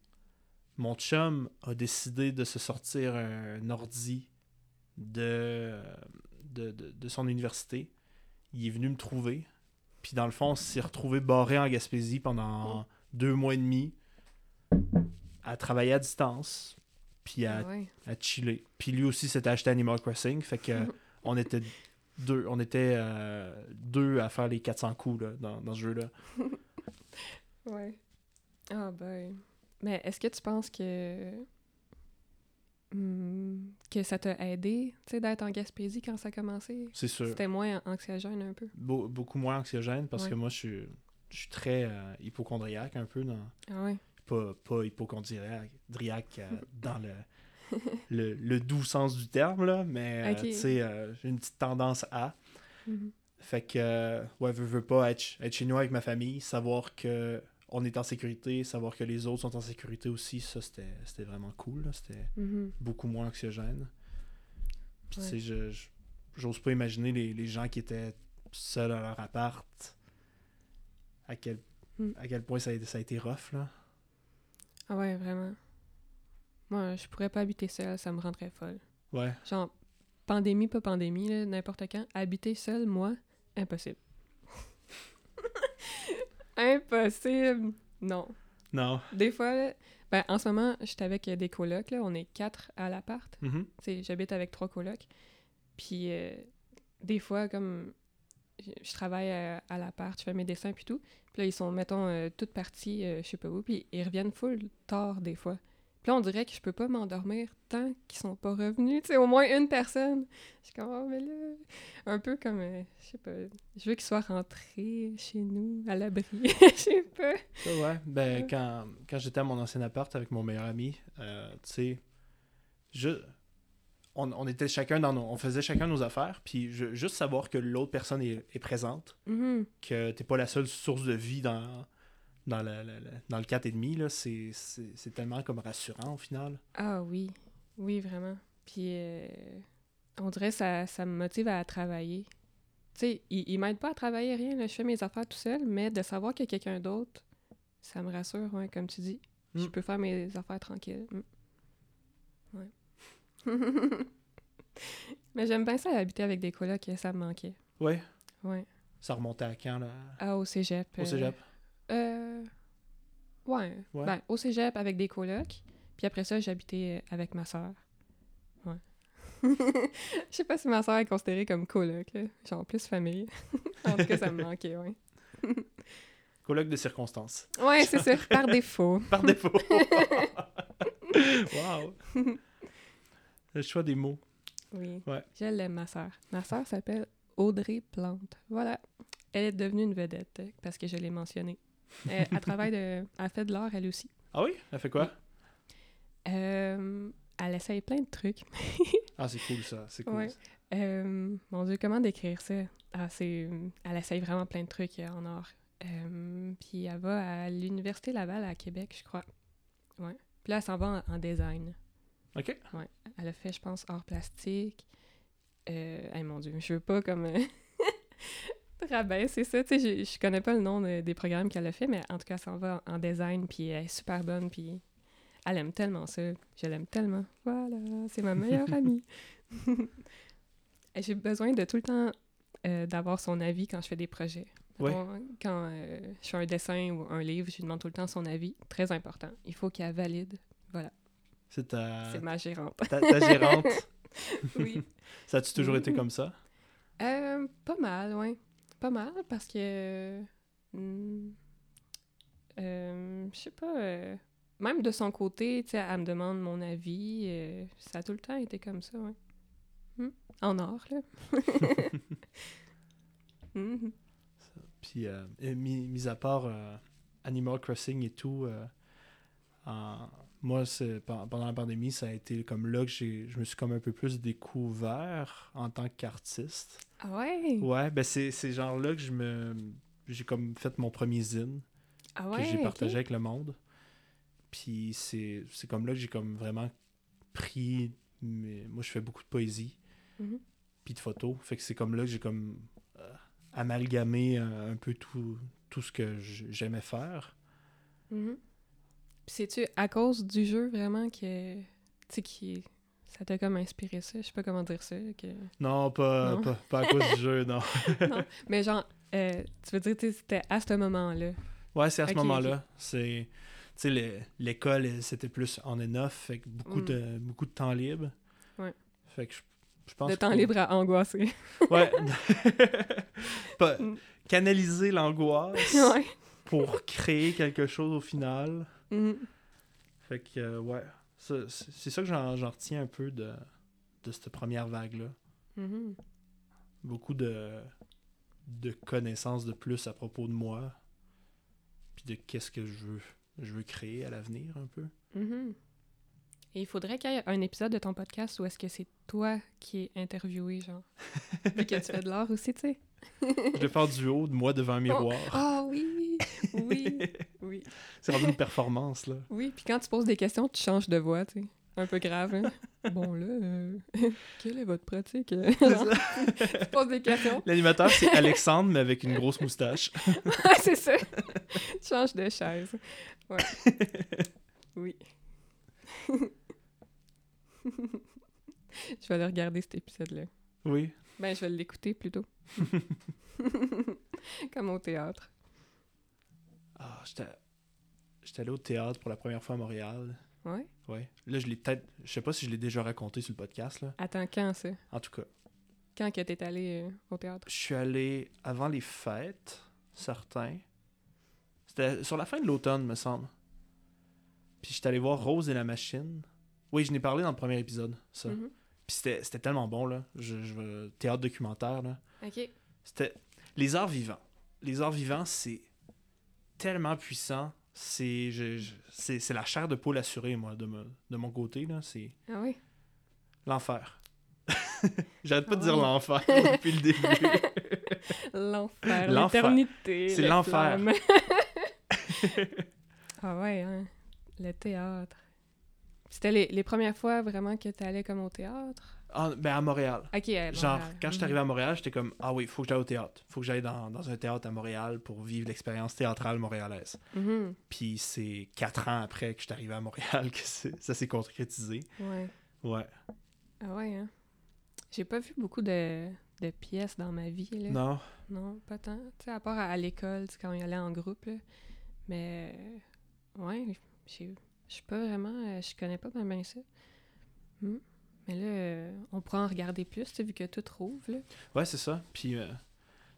S1: Mon chum a décidé de se sortir un ordi de, de, de- de son université. Il est venu me trouver. Puis dans le fond, on s'est retrouvé barré en Gaspésie pendant deux mois et demi à travailler à distance. Puis à
S2: Ah ouais.
S1: à chiller. Puis lui aussi s'était acheté Animal Crossing, fait que
S2: Mhm.
S1: euh, on était deux, on était euh, deux à faire les 400 coups là, dans, dans ce jeu-là.
S2: Ouais. Ah ben. Mais est-ce que tu penses que... Hmm, que ça t'a aidé, tu sais, d'être en Gaspésie quand ça a commencé?
S1: C'est sûr.
S2: C'était moins anxiogène un peu.
S1: Beau- beaucoup moins anxiogène parce
S2: Ouais.
S1: que moi je suis, je suis très euh, hypochondriaque un peu dans
S2: Ah ouais.
S1: pas, pas hypochondriaque driaque, euh, dans le, le le doux sens du terme là, mais euh,
S2: Ok.
S1: tu sais euh, j'ai une petite tendance à Mm-hmm.
S2: Mhm.
S1: Fait que, euh, ouais, veux, veux pas être, ch- être chez nous avec ma famille, savoir que on est en sécurité, savoir que les autres sont en sécurité aussi, ça c'était c'était vraiment cool. là. C'était
S2: Mhm.
S1: beaucoup moins anxiogène. Puis
S2: Ouais.
S1: tu sais, je- je- j'ose pas imaginer les, les gens qui étaient seuls à leur appart, à quel,
S2: Mm.
S1: à quel point ça a, été- ça a été rough, là.
S2: Ah ouais, vraiment. Moi, je pourrais pas habiter seule, ça me rendrait folle.
S1: Ouais,
S2: Genre, pandémie, pas pandémie, là, n'importe quand, habiter seule, moi, impossible. impossible! Non.
S1: non.
S2: Des fois, là, ben, en ce moment, je suis avec euh, des colocs, là, on est quatre à l'appart.
S1: Mhm.
S2: Tu sais, j'habite avec trois colocs. Puis euh, des fois, comme je je travaille à, à l'appart, je fais mes dessins puis tout. Puis là, ils sont, mettons, euh, toutes parties, euh, je sais pas où, puis ils reviennent full tard des fois. Puis là, on dirait que je peux pas m'endormir tant qu'ils sont pas revenus. Tu sais, au moins une personne. Je suis comme, oh, mais là, un peu comme, euh, je sais pas, je veux qu'ils soient rentrés chez nous, à l'abri. Je sais pas.
S1: Ça, ouais. Ben,
S2: Ouais.
S1: quand, quand j'étais à mon ancien appart avec mon meilleur ami, euh, tu sais, je- on, on était chacun dans nos. On faisait chacun nos affaires, puis je- juste savoir que l'autre personne est, est présente,
S2: Mhm.
S1: que t'es pas la seule source de vie dans, dans, la- la- la- dans le 4,5, là, c'est, c'est, c'est tellement comme rassurant au final.
S2: Ah oui, oui, vraiment. Puis euh, on dirait que ça, ça me motive à travailler. sais, il, il m'aide pas à travailler rien, là, je fais mes affaires tout seul, mais de savoir qu'il y a quelqu'un d'autre, ça me rassure, ouais, comme tu dis.
S1: Mm.
S2: Je peux faire mes affaires tranquilles. Mm. Ouais. mais j'aime bien ça, habiter avec des colocs, ça me manquait.
S1: Ouais.
S2: Ouais.
S1: Ça remontait à quand, là?
S2: Ah, au cégep.
S1: Au
S2: euh,
S1: cégep?
S2: euh, ouais.
S1: Ouais.
S2: Ben, au cégep avec des colocs. Puis après ça, j'habitais euh, avec ma soeur. Ouais. Je sais pas si ma soeur est considérée comme coloc, là. genre plus famille. en tout cas, ça me manquait, ouais.
S1: Colloque de circonstances.
S2: Ouais, c'est ça, par défaut.
S1: Par défaut. wow. Le choix des mots.
S2: Oui.
S1: Ouais.
S2: Je l'aime, ma soeur. Ma soeur s'appelle Audrey Plante. Voilà. Elle est devenue une vedette euh, parce que je l'ai mentionnée. Elle, elle travaille, de, elle fait de l'art, elle aussi.
S1: Ah oui? Elle fait quoi?
S2: Euh, elle essaye plein de trucs.
S1: Ah, c'est cool, ça. C'est cool.
S2: Ouais.
S1: ça.
S2: Euh, mon Dieu, comment décrire ça? Ah, c'est, elle essaye vraiment plein de trucs euh, en or. Euh, puis elle va à l'Université Laval à Québec, je crois. Ouais. Puis là, elle s'en va en, en design.
S1: OK.
S2: Elle a fait, je pense, art plastique. Euh, hey, mon Dieu, je veux pas comme... euh, rabaisser ça, tu sais, je, je connais pas le nom de- des programmes qu'elle a fait, mais en tout cas, elle s'en va en, en design, puis elle est super bonne, puis elle aime tellement ça, je l'aime tellement. Voilà, c'est ma meilleure amie. Et J'ai besoin de tout le temps euh, d'avoir son avis quand je fais des projets.
S1: Ouais.
S2: Bon, quand euh, je fais un dessin ou un livre, je lui demande tout le temps son avis, très important. Il faut qu'elle valide.
S1: C'est ta,
S2: C'est ma gérante.
S1: ta, ta gérante.
S2: oui.
S1: Ça a-tu toujours
S2: Mm-hmm.
S1: été comme ça?
S2: Euh, pas mal, oui. Pas mal parce que. hmm, euh, je sais pas. euh, même de son côté, tu sais, elle me demande mon avis. euh, ça a tout le temps été comme ça, oui. En or, là. Mhm.
S1: Puis, euh, et mis, mis à part euh, Animal Crossing et tout, euh, en- moi, c'est, pen- pendant la pandémie, ça a été comme là que j'ai, je me suis comme un peu plus découvert en tant qu'artiste.
S2: Ah ouais!
S1: Ouais, ben c'est, c'est genre là que je me, j'ai comme fait mon premier zine
S2: Ah
S1: que
S2: ouais!
S1: j'ai
S2: ok.
S1: partagé avec le monde. Puis c'est, c'est comme là que j'ai comme vraiment pris... mes- moi, je fais beaucoup de poésie
S2: Mhm.
S1: puis de photos. Fait que c'est comme là que j'ai comme euh, amalgamé euh, un peu tout, tout ce que j- j'aimais faire.
S2: Mhm. Puis C'est-tu à cause du jeu vraiment que. Tu sais, qui. Ça t'a comme inspiré ça? Je sais pas comment dire ça. Que...
S1: Non, pas,
S2: Non.
S1: Pas, pas à cause du jeu, non.
S2: Mais genre, euh, tu veux dire, tu sais, c'était à ce moment-là.
S1: Ouais, c'est à ce
S2: Ok,
S1: moment-là. C'est, tu sais, le- l'école, elle, c'était plus en et off, fait que beaucoup,
S2: Mm.
S1: de, beaucoup de temps libre.
S2: Ouais.
S1: Fait que je, je pense...
S2: De temps
S1: que-
S2: libre à angoisser.
S1: Ouais. Pas-
S2: Mm.
S1: Canaliser l'angoisse
S2: ouais.
S1: pour créer quelque chose au final.
S2: Mhm.
S1: Fait que, euh, ouais, Ça, c'est c'est ça que j'en j'en retiens un peu de, de cette première vague-là.
S2: Mhm.
S1: Beaucoup de, de connaissances de plus à propos de moi, puis de qu'est-ce que je veux, je veux créer à l'avenir un peu.
S2: Mhm. Et il faudrait qu'il y ait un épisode de ton podcast où est-ce que c'est toi qui es interviewé, genre. Vu que tu fais de l'art aussi, tu sais.
S1: Je vais faire du haut de moi devant un miroir.
S2: Ah oui! Oui! Oui.
S1: C'est rendu une performance, là.
S2: Oui, puis quand tu poses des questions, tu changes de voix, tu sais. Un peu grave, hein. Bon, là, euh, quelle est votre pratique? Genre, tu poses des questions.
S1: L'animateur, c'est Alexandre, mais avec une grosse moustache.
S2: Ah, c'est ça. tu changes de chaise. Ouais. oui. je vais aller regarder cet épisode-là.
S1: Oui.
S2: Ben, je vais l'écouter plutôt. Comme au théâtre.
S1: Ah, j'étais j'étais allé au théâtre pour la première fois à Montréal.
S2: Ouais.
S1: Ouais. Là, je l'ai peut-être... Je sais pas si je l'ai déjà raconté sur le podcast, là.
S2: Attends, quand ça?
S1: En tout cas,
S2: Quand que t'es allé euh, au théâtre?
S1: Je suis allé avant les fêtes, certains. C'était sur la fin de l'automne, me semble. Puis j'étais allé voir Rose et la machine. Oui, je n'ai parlé dans le premier épisode, ça.
S2: Mhm.
S1: Puis c'était c'était tellement bon, là. Je, je veux- Théâtre documentaire, là.
S2: OK.
S1: C'était. Les arts vivants. Les arts vivants, c'est tellement puissant. C'est je- je- c'est- c'est la chair de poule assurée, moi, de, me- de mon côté, là. C'est
S2: Ah oui?
S1: l'enfer. J'arrête pas de dire
S2: Ah ouais.
S1: l'enfer depuis le début.
S2: L'enfer,
S1: L'enfer.
S2: l'éternité.
S1: C'est
S2: les
S1: l'enfer.
S2: flammes. ah ouais, hein? Le théâtre. C'était les, les premières fois vraiment que t'allais comme au théâtre?
S1: En- ben, à Montréal.
S2: Ok, euh, à
S1: Genre,
S2: Montréal. Mhm.
S1: quand je suis arrivé à Montréal, j'étais comme Ah oui, faut que j'aille au théâtre. Faut que j'aille dans, dans un théâtre à Montréal pour vivre l'expérience théâtrale montréalaise.
S2: Mhm.
S1: Puis c'est quatre ans après que je suis arrivé à Montréal que c'est- ça s'est concrétisé.
S2: Mhm. Ouais.
S1: Ouais.
S2: Ah ouais, hein. J'ai pas vu beaucoup de, de pièces dans ma vie, là.
S1: Non.
S2: Non, pas tant. Tu sais, à part à, à l'école, tu sais, quand on y allait en groupe, là. Mais, euh, ouais, j'ai- je suis pas vraiment... euh, Je connais pas bien, bien ça. Hmm. Mais là, euh, on pourra en regarder plus, tu sais, vu que tout rouvre, là.
S1: Ouais, c'est ça. Puis, euh, tu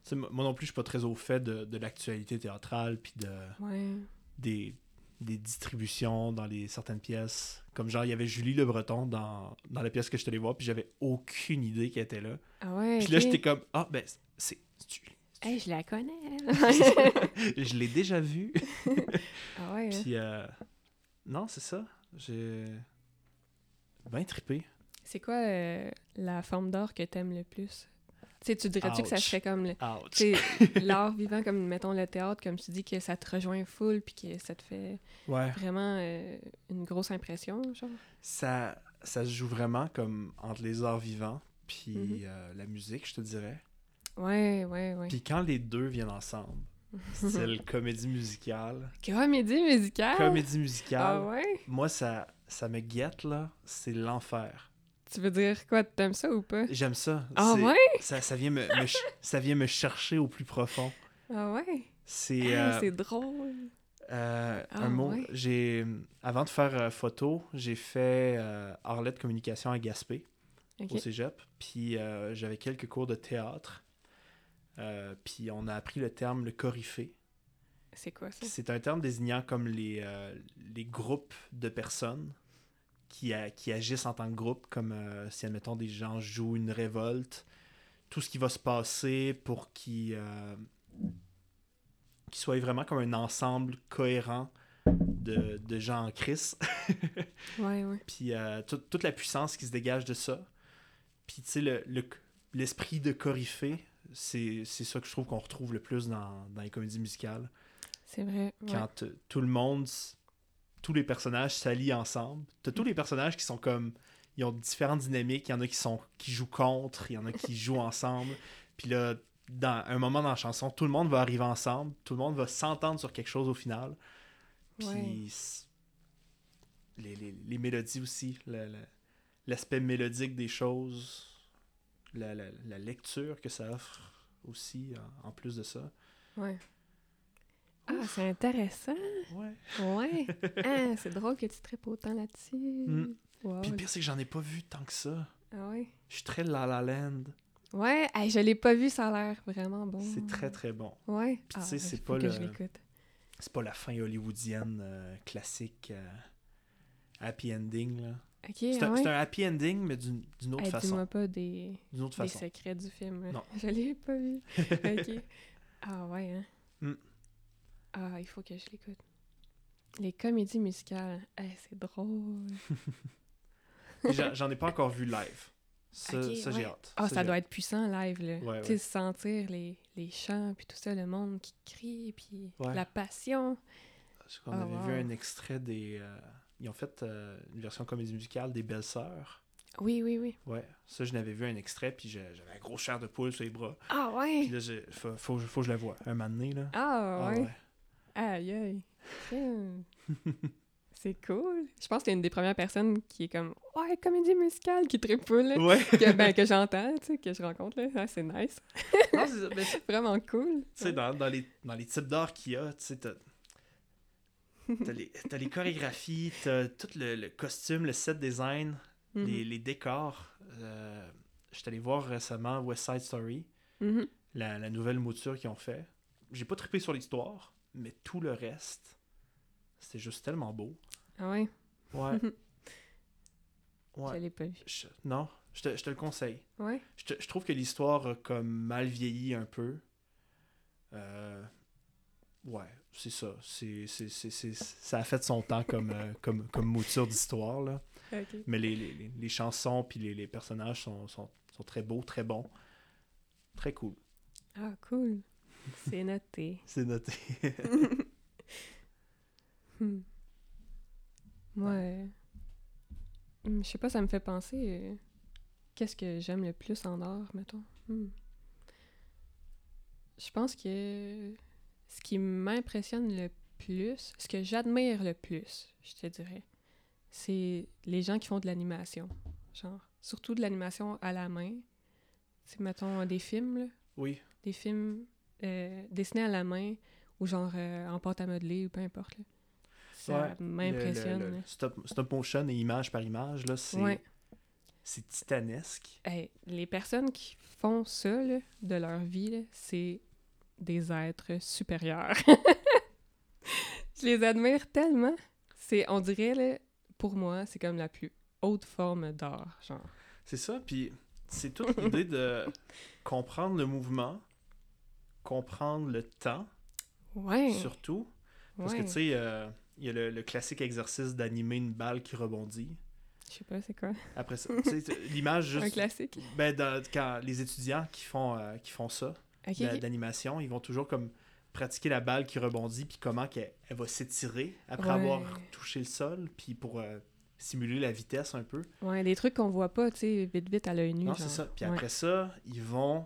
S1: sais, moi moi non plus, je suis pas très au fait de, de l'actualité théâtrale, puis de,
S2: Ouais.
S1: des, des distributions dans les, certaines pièces. Comme genre, il y avait Julie Le Breton dans, dans la pièce que je suis allé voir, puis j'avais aucune idée qu'elle était là.
S2: Ah ouais,
S1: Puis là,
S2: ok.
S1: j'étais comme Ah, ben, c'est- c'est c'est Julie.
S2: Hey, je la connais, elle.
S1: je l'ai déjà vue.
S2: Ah ouais, hein.
S1: Puis, euh, non, c'est ça. J'ai bien trippé.
S2: C'est quoi euh, la forme d'art que t'aimes le plus? Tu sais, tu dirais-tu que ça
S1: Ouch.
S2: serait comme... le-
S1: Ouch.
S2: tu sais, l'art vivant, comme mettons le théâtre, comme tu dis, que ça te rejoint full, puis que ça te fait
S1: Ouais.
S2: vraiment euh, une grosse impression, genre.
S1: Ça, ça se joue vraiment comme entre les arts vivants, puis
S2: Mhm.
S1: euh, la musique, je te dirais.
S2: Ouais, ouais, ouais.
S1: Puis quand les deux viennent ensemble, c'est le comédie musicale.
S2: Comédie musicale?
S1: Comédie musicale,
S2: Ah ouais?
S1: moi, ça, ça me guette, là. C'est l'enfer.
S2: Tu veux dire quoi? T'aimes ça ou pas?
S1: J'aime ça.
S2: Ah
S1: C'est-
S2: ouais?
S1: Ça, ça, vient me, me ch- ça vient me chercher au plus profond.
S2: Ah ouais?
S1: C'est
S2: Ah,
S1: euh,
S2: c'est drôle.
S1: euh,
S2: Ah
S1: un mot.
S2: ouais.
S1: J'ai Avant de faire euh, photo, j'ai fait euh, Arlette Communication à Gaspé,
S2: Ok.
S1: au cégep. Puis euh, j'avais quelques cours de théâtre. Euh, puis on a appris le terme le coryphée.
S2: C'est quoi ça?
S1: C'est un terme désignant comme les, euh, les groupes de personnes qui, a- qui agissent en tant que groupe, comme euh, si, admettons, des gens jouent une révolte, tout ce qui va se passer pour qu'ils euh, qu'ils soient vraiment comme un ensemble cohérent de, de gens en crise,
S2: Ouais, ouais.
S1: puis euh, tout- toute la puissance qui se dégage de ça. Puis, tu sais, le- le- l'esprit de Coryphée, c'est c'est ça que je trouve qu'on retrouve le plus dans- dans les comédies musicales
S2: C'est vrai. ouais.
S1: quand euh, tout le monde, s- tous les personnages s'allient ensemble. T'as tous les personnages qui sont comme, ils ont différentes dynamiques. Il y en a qui sont qui jouent contre, il y en a qui jouent ensemble. Puis là, dans un moment dans la chanson, tout le monde va arriver ensemble, tout le monde va s'entendre sur quelque chose au final. Puis
S2: Ouais.
S1: s- les, les- les mélodies aussi, le- le- l'aspect mélodique des choses, la, la- la lecture que ça offre aussi en, en plus de ça.
S2: ouais. Ah, c'est intéressant.
S1: Ouais.
S2: Ouais. ah, c'est drôle que tu tripes autant là-dessus.
S1: Mm.
S2: Wow.
S1: Puis le pire c'est que j'en ai pas vu tant que ça.
S2: Ah ouais.
S1: Je suis très La La Land.
S2: Ouais, hey, je l'ai pas vu, ça a l'air vraiment bon.
S1: C'est très très bon.
S2: Ouais.
S1: tu sais,
S2: ouais,
S1: c'est
S2: faut
S1: pas
S2: que
S1: le-
S2: je l'écoute.
S1: C'est pas la fin hollywoodienne euh, classique euh, happy ending là.
S2: Ok,
S1: C'est
S2: ah
S1: un,
S2: ouais.
S1: c'est un happy ending mais d'une d'une autre
S2: Hey,
S1: façon.
S2: Dis-moi pas des,
S1: D'une autre
S2: des
S1: façon.
S2: secrets du film. là.
S1: Non.
S2: Je l'ai pas vu. ok. Ah ouais, hein.
S1: Mm.
S2: Ah, il faut que je l'écoute. Les comédies musicales. Hey, c'est drôle.
S1: Mais j'en- J'en ai pas encore vu live. Ça,
S2: Ok,
S1: ça, j'ai
S2: ouais.
S1: hâte.
S2: Ah, ça
S1: j'ai
S2: doit
S1: hâte.
S2: être puissant live, là.
S1: Ouais,
S2: tu sais,
S1: ouais.
S2: sentir les, les chants, puis tout ça, le monde qui crie, puis
S1: Ouais.
S2: la passion.
S1: Parce qu'on
S2: Ah,
S1: avait vu
S2: wow.
S1: un extrait des. euh, ils ont fait euh, une version comédie musicale des Belles Sœurs.
S2: Oui, oui, oui.
S1: Ouais. Ça, je n'avais vu un extrait, puis j'ai- j'avais un gros chair de poule sur les bras.
S2: Ah
S1: Puis
S2: ouais!
S1: là, j'ai- faut, faut, faut que je la voie un moment donné, là.
S2: Ah
S1: Ah
S2: ouais!
S1: ouais.
S2: Aïe, aïe. Crème. C'est cool. Je pense que t'es une des premières personnes qui est comme « Ouais, comédie musicale! » qui tripoule, là.
S1: Ouais.
S2: que, ben, que j'entends, tu sais, que je rencontre, là. Ah, c'est nice.
S1: Non, c'est ça, Ben, mais
S2: C'est Vraiment cool.
S1: Tu sais, dans, dans les, dans les types d'art qu'il y a, tu sais, t'as t'as les, t'as les chorégraphies, t'as tout le, le costume, le set design,
S2: Mhm.
S1: les, les décors. Euh, je suis allé voir récemment West Side Story,
S2: Mhm.
S1: la, la nouvelle mouture qu'ils ont fait. J'ai pas trippé sur l'histoire, mais tout le reste, c'était juste tellement beau.
S2: Ah ouais?
S1: Ouais.
S2: Je
S1: ouais.
S2: l'ai pas vu.
S1: Je- non, je te, je te le conseille.
S2: Ouais?
S1: Je, te- je trouve que l'histoire a comme mal vieilli un peu. Euh, ouais, c'est ça. C'est, c'est, c'est, c'est- ça a fait son temps comme, euh, comme, comme mouture d'histoire. Là.
S2: OK.
S1: Mais les, les- les- les chansons puis les, les personnages sont, sont, sont très beaux, très bons. Très cool.
S2: Ah, cool. C'est noté.
S1: C'est noté.
S2: Hmm. Moi, euh, hmm, je sais pas, ça me fait penser... euh, Qu'est-ce que j'aime le plus en art, mettons? Hmm. Je pense que ce qui m'impressionne le plus, ce que j'admire le plus, je te dirais, c'est les gens qui font de l'animation. Genre, surtout de l'animation à la main. C'est, mettons, des films, là,
S1: Oui.
S2: des films euh, dessinés à la main ou genre euh, en pâte à modeler ou peu importe. là. Ça
S1: Ouais,
S2: m'impressionne.
S1: Le- le-
S2: là.
S1: le Stop, stop motion et image par image, là, c'est
S2: Ouais.
S1: c'est titanesque.
S2: Hey, les personnes qui font ça là, de leur vie, là, c'est des êtres supérieurs. Je les admire tellement. C'est, on dirait, là, pour moi, c'est comme la plus haute forme d'art, genre.
S1: C'est ça, puis c'est toute l'idée de comprendre le mouvement, comprendre le temps,
S2: Ouais.
S1: surtout. Parce
S2: ouais.
S1: que, tu sais, euh, il y a le, le classique exercice d'animer une balle qui rebondit.
S2: Je sais pas, c'est quoi.
S1: Après ça, tu sais, t- l'image
S2: Un
S1: juste...
S2: classique.
S1: Ben, dans- quand les étudiants qui font, euh, qui font ça,
S2: Ok,
S1: d'a-
S2: ok.
S1: d'animation, ils vont toujours comme pratiquer la balle qui rebondit, puis comment qu'elle elle va s'étirer après
S2: Ouais.
S1: avoir touché le sol, puis pour euh, simuler la vitesse un peu.
S2: Ouais, des trucs qu'on voit pas, tu sais, vite vite à l'œil nu.
S1: Non,
S2: genre.
S1: c'est ça. Puis
S2: Ouais.
S1: après ça, ils vont...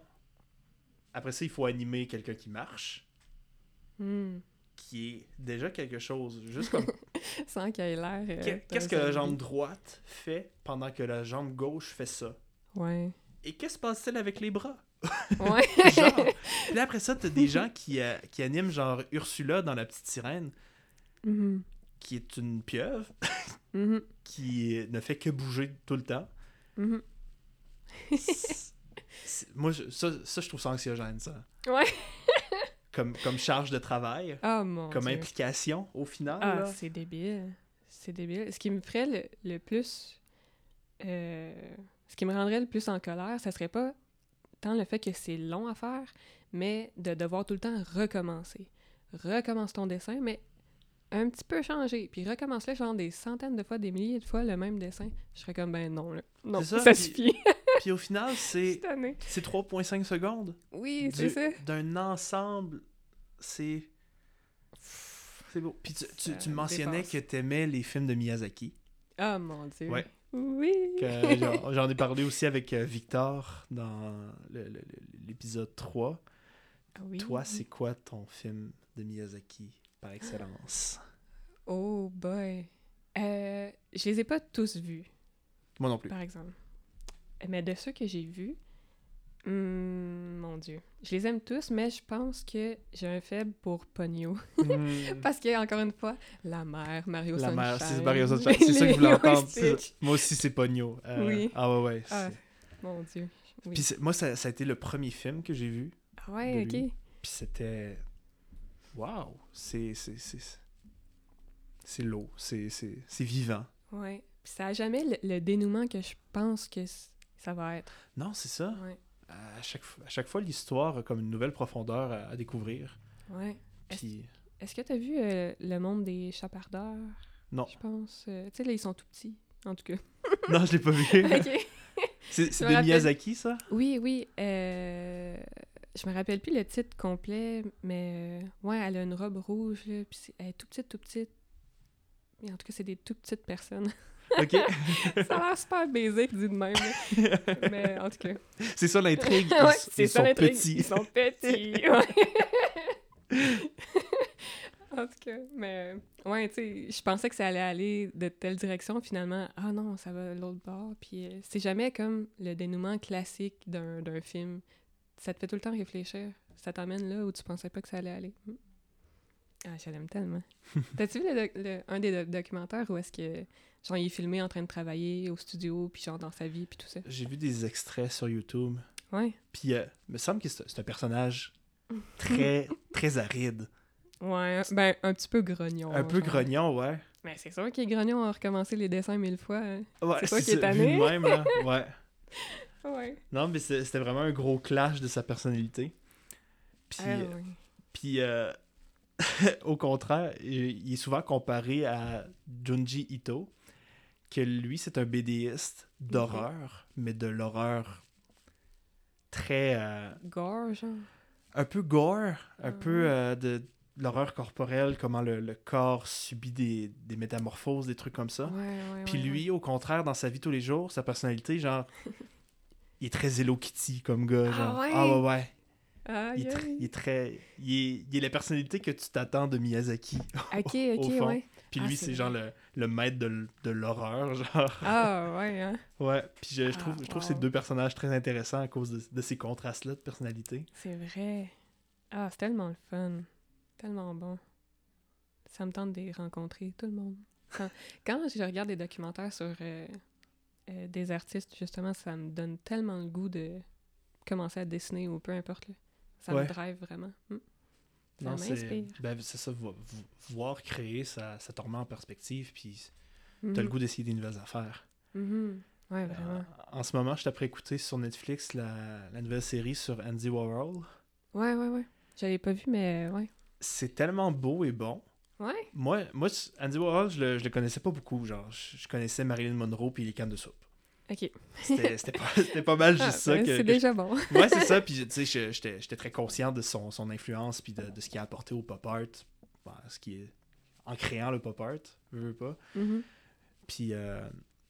S1: Après ça, il faut animer quelqu'un qui marche,
S2: Hmm.
S1: qui est déjà quelque chose. Juste comme,
S2: Sans qu'il ait l'air. euh,
S1: qu'est- qu'est-ce que
S2: d'un
S1: la
S2: zombie.
S1: jambe droite fait pendant que la jambe gauche fait ça?
S2: Ouais.
S1: Et qu'est-ce qui se passe-t-il avec les bras?
S2: Ouais.
S1: genre. Puis là, après ça, t'as des gens qui, euh, qui animent genre Ursula dans La Petite Sirène,
S2: Mhm.
S1: qui est une pieuvre,
S2: Mhm.
S1: qui ne fait que bouger tout le temps.
S2: Mhm.
S1: C'est- c'est- Moi, je- ça, ça, je trouve ça anxiogène, ça.
S2: Ouais.
S1: Comme, comme charge de travail,
S2: Ah mon
S1: comme
S2: Dieu.
S1: implication au final.
S2: Ah,
S1: là.
S2: c'est débile. C'est débile. Ce qui me ferait le, le plus. euh, ce qui me rendrait le plus en colère, ça serait pas tant le fait que c'est long à faire, mais de devoir tout le temps recommencer. Recommence ton dessin, mais un petit peu changé. Puis recommence-le genre des centaines de fois, des milliers de fois le même dessin. Je serais comme, ben non, là. Non,
S1: C'est ça,
S2: ça,
S1: puis-
S2: suffit.
S1: Puis au final, c'est
S2: Cette année.
S1: c'est 3,5 secondes
S2: Oui,
S1: du-
S2: c'est ça.
S1: d'un ensemble. C'est c'est beau. Puis tu, tu,
S2: Ça
S1: tu mentionnais
S2: Euh, dépasse.
S1: que t'aimais les films de Miyazaki.
S2: Ah mon Dieu.
S1: Ouais.
S2: Oui.
S1: Que j'en- J'en ai parlé aussi avec euh, Victor dans le- le- le- l'épisode 3.
S2: Ah oui.
S1: Toi, c'est quoi ton film de Miyazaki par excellence?
S2: Oh boy. Euh, je les ai pas tous vus.
S1: Moi non plus.
S2: par exemple. Mais de ceux que j'ai vus, hum, mon Dieu, je les aime tous, mais je pense que j'ai un faible pour Pogno. Parce que, encore une fois, la mère, Mario
S1: Hmm. La
S2: Sunshine.
S1: mère, c'est Mario Sunshine. C'est ça que je voulais
S2: les
S1: entendre. c'est
S2: Joysticks.
S1: ça. Moi aussi, c'est Pogno. Euh,
S2: Oui.
S1: Ah ouais, ouais. c'est-
S2: Ah, mon Dieu. oui.
S1: Puis c'est- moi, ça, ça a été le premier film que j'ai vu.
S2: Ah ouais,
S1: de lui.
S2: ok.
S1: Puis c'était. Waouh! C'est. c'est- C'est c'est lourd. C'est c'est- c'est vivant.
S2: Ouais. Puis ça a jamais le, le dénouement que je pense que c- ça va être.
S1: Non, c'est ça.
S2: Ouais.
S1: À chaque, fois- à chaque fois, l'histoire a comme une nouvelle profondeur à, à découvrir.
S2: Ouais. Est-ce
S1: Puis.
S2: est-ce que t'as vu euh, le monde des chapardeurs?
S1: Non.
S2: Je pense. euh, tu sais, là, ils sont tout petits, en tout cas.
S1: Non, je l'ai pas vu.
S2: ok.
S1: C'est c'est
S2: me
S1: de
S2: rappelle.
S1: Miyazaki, ça?
S2: Oui, oui. euh, Je me rappelle plus le titre complet, mais euh, ouais, elle a une robe rouge, là, puis c'est- elle est tout petite, tout petite. Mais en tout cas, c'est des tout petites personnes.
S1: Ok.
S2: ça a l'air super basique, dit de même. là. mais en tout cas.
S1: C'est ça l'intrigue. Ils,
S2: Ouais,
S1: ils sont
S2: l'intrigue. Ils
S1: petits.
S2: sont petits. ouais. en tout cas, mais ouais, tu sais, je pensais que ça allait aller de telle direction. Finalement, ah non, ça va de l'autre bord. Puis euh, c'est jamais comme le dénouement classique d'un d'un film. Ça te fait tout le temps réfléchir. Ça t'emmène là où tu pensais pas que ça allait aller. Mm. Ah, je l'aime tellement. T'as-tu vu le doc- le- un des doc- documentaires où est-ce que, genre, il est filmé en train de travailler au studio, puis genre dans sa vie, puis tout ça?
S1: J'ai vu des extraits sur YouTube.
S2: Ouais.
S1: Puis, euh, me semble que c'est c'est un personnage très, très aride.
S2: Ouais, ben un petit peu grognon.
S1: Un peu
S2: genre.
S1: grognon, ouais.
S2: Mais c'est sûr qu'il est grognon à recommencer les dessins mille fois. hein.
S1: ouais
S2: C'est toi qui
S1: ça,
S2: es tanné.
S1: vu de même, là. Ouais.
S2: Ouais.
S1: Non, mais c'est- c'était vraiment un gros clash de sa personnalité. Puis, euh,
S2: Ah, ouais.
S1: puis euh, au contraire, il il est souvent comparé à Junji Ito, que lui, c'est un BDiste d'horreur, mais de l'horreur très... euh,
S2: Gore, genre.
S1: un peu gore, un
S2: Ah.
S1: peu euh, de de l'horreur corporelle, comment le, le corps subit des, des métamorphoses, des trucs comme ça.
S2: Ouais, ouais,
S1: Puis
S2: ouais,
S1: lui,
S2: ouais.
S1: au contraire, dans sa vie tous les jours, sa personnalité, genre, il est très Hello Kitty comme gars.
S2: Ah
S1: genre.
S2: ouais?
S1: ah ouais, ouais.
S2: Aïe,
S1: Il est, tr-
S2: aïe.
S1: il est très. Il est, il est la personnalité que tu t'attends de Miyazaki.
S2: Ok,
S1: au
S2: ok,
S1: fond.
S2: ouais.
S1: Puis
S2: Ah,
S1: lui,
S2: c'est
S1: c'est genre le, le maître de, l- de l'horreur, genre.
S2: Ah, ouais, hein.
S1: Ouais. Puis je, je trouve,
S2: Ah,
S1: je trouve
S2: wow.
S1: ces deux personnages très intéressants à cause de, de ces contrastes-là de personnalité.
S2: C'est vrai. Ah, c'est tellement le fun. Tellement bon. Ça me tente de les rencontrer, tout le monde. Quand, quand je regarde des documentaires sur euh, euh, des artistes, justement, ça me donne tellement le goût de commencer à dessiner ou peu importe. là. Ça
S1: Ouais.
S2: me drive vraiment. Mm. Ça
S1: Non, c'est
S2: m'inspire.
S1: ben, c'est ça, vo- vo- voir créer, ça, ça te remet en perspective, puis t'as
S2: Mhm.
S1: le goût d'essayer des nouvelles affaires.
S2: Mhm. Ouais,
S1: Euh,
S2: vraiment.
S1: en ce moment, je t'apprends écouter sur Netflix la, la nouvelle série sur Andy Warhol.
S2: Ouais, ouais, ouais. Je l'ai pas vu, mais euh, ouais.
S1: C'est tellement beau et bon.
S2: Ouais.
S1: Moi, moi c- Andy Warhol, je le, je le connaissais pas beaucoup. Genre, je, je connaissais Marilyn Monroe puis les cannes de soupe.
S2: Ok.
S1: C'était c'était pas, c'était pas mal juste
S2: Ah,
S1: ça.
S2: ben,
S1: que,
S2: c'est
S1: que je-
S2: déjà bon.
S1: Ouais, c'est ça. Puis, tu sais, je- j'étais j'étais très conscient de son, son influence puis de, de ce qu'il a apporté au pop art. Bon, ce qui est, en créant le pop art, je veux pas.
S2: Mhm.
S1: Puis, euh,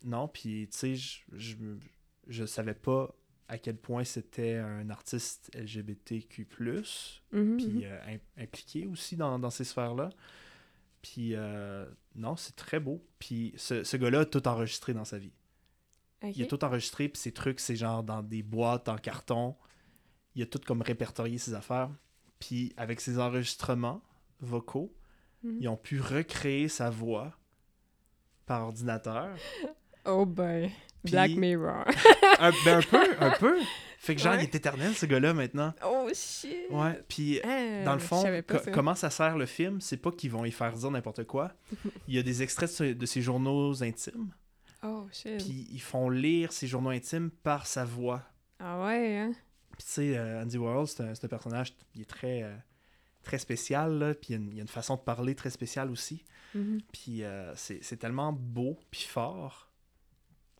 S1: non, puis, tu sais, je, je, me- je savais pas à quel point c'était un artiste LGBTQ,
S2: Mhm, mhm.
S1: puis euh, im- impliqué aussi dans, dans ces sphères-là. Puis, euh, non, c'est très beau. Puis, ce, ce gars-là a tout enregistré dans sa vie. Il a
S2: Ok.
S1: tout enregistré, puis ses trucs, c'est genre dans des boîtes en carton. Il a tout comme répertorié ses affaires. Puis avec ses enregistrements vocaux,
S2: Mhm.
S1: ils ont pu recréer sa voix par ordinateur.
S2: Oh ben.
S1: Puis-
S2: Black Mirror.
S1: un, ben, un peu, un peu. Fait que genre,
S2: Ouais.
S1: il est éternel ce gars-là maintenant.
S2: oh shit.
S1: Ouais. Puis
S2: Ah,
S1: dans le
S2: je
S1: fond,
S2: savais pas
S1: co-
S2: ça.
S1: comment ça sert le film, c'est pas qu'ils vont y faire dire n'importe quoi. Il y a des extraits de ce- de ses journaux intimes,
S2: Oh shit.
S1: puis ils font lire ses journaux intimes par sa voix.
S2: Ah ouais, hein?
S1: Puis tu sais, euh, Andy Warhol, c'est un, c'est un personnage qui est très, euh, très spécial, là, puis il y a une- il y, a une façon de parler très spéciale aussi.
S2: Mhm.
S1: Puis euh, c'est c'est tellement beau, puis fort,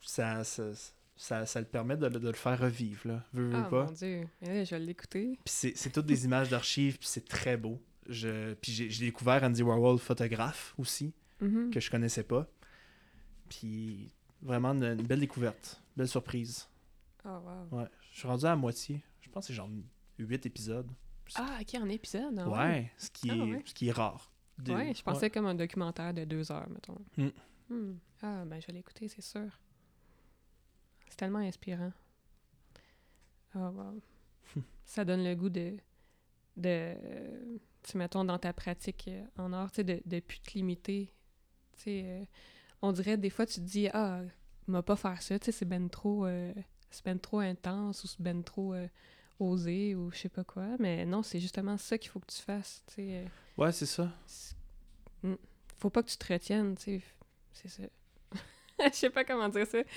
S1: ça, ça, ça, ça le permet de, le- de le faire revivre, là, veux, veux
S2: Ah
S1: pas.
S2: mon dieu. Mais là, je vais l'écouter.
S1: Puis c'est c'est toutes des images d'archives, puis c'est très beau. Je, puis j'ai j'ai découvert Andy Warhol photographe aussi,
S2: Mhm.
S1: que je connaissais pas. Puis vraiment une, une belle découverte, belle surprise.
S2: Oh wow.
S1: Ouais, je suis rendu à la moitié. Je pense que c'est genre 8 épisodes.
S2: Ah, ok, un épisode. ah
S1: Ouais, Ce, qui
S2: Ah
S1: est,
S2: ouais.
S1: ce qui est rare. De-
S2: Ouais, je pensais
S1: ouais.
S2: comme un documentaire de deux heures, mettons.
S1: Mm.
S2: Hmm. Ah, ben je vais l'écouter, c'est sûr. C'est tellement inspirant. Ah, wow. Ça donne le goût de. de tu sais, mettons, dans ta pratique euh, en art, tu sais, de, de plus te limiter. Tu sais, euh, on dirait des fois, tu te dis, ah, m'a pas faire ça, tu sais, c'est ben trop. euh, c'est ben trop intense ou c'est ben trop. euh, osé ou je sais pas quoi, mais non, c'est justement ça qu'il faut que tu fasses, tu sais. euh,
S1: Ouais, c'est ça.
S2: c'est- Mm. faut pas que tu te retiennes, tu sais. C'est ça. Je sais pas comment dire ça. Tu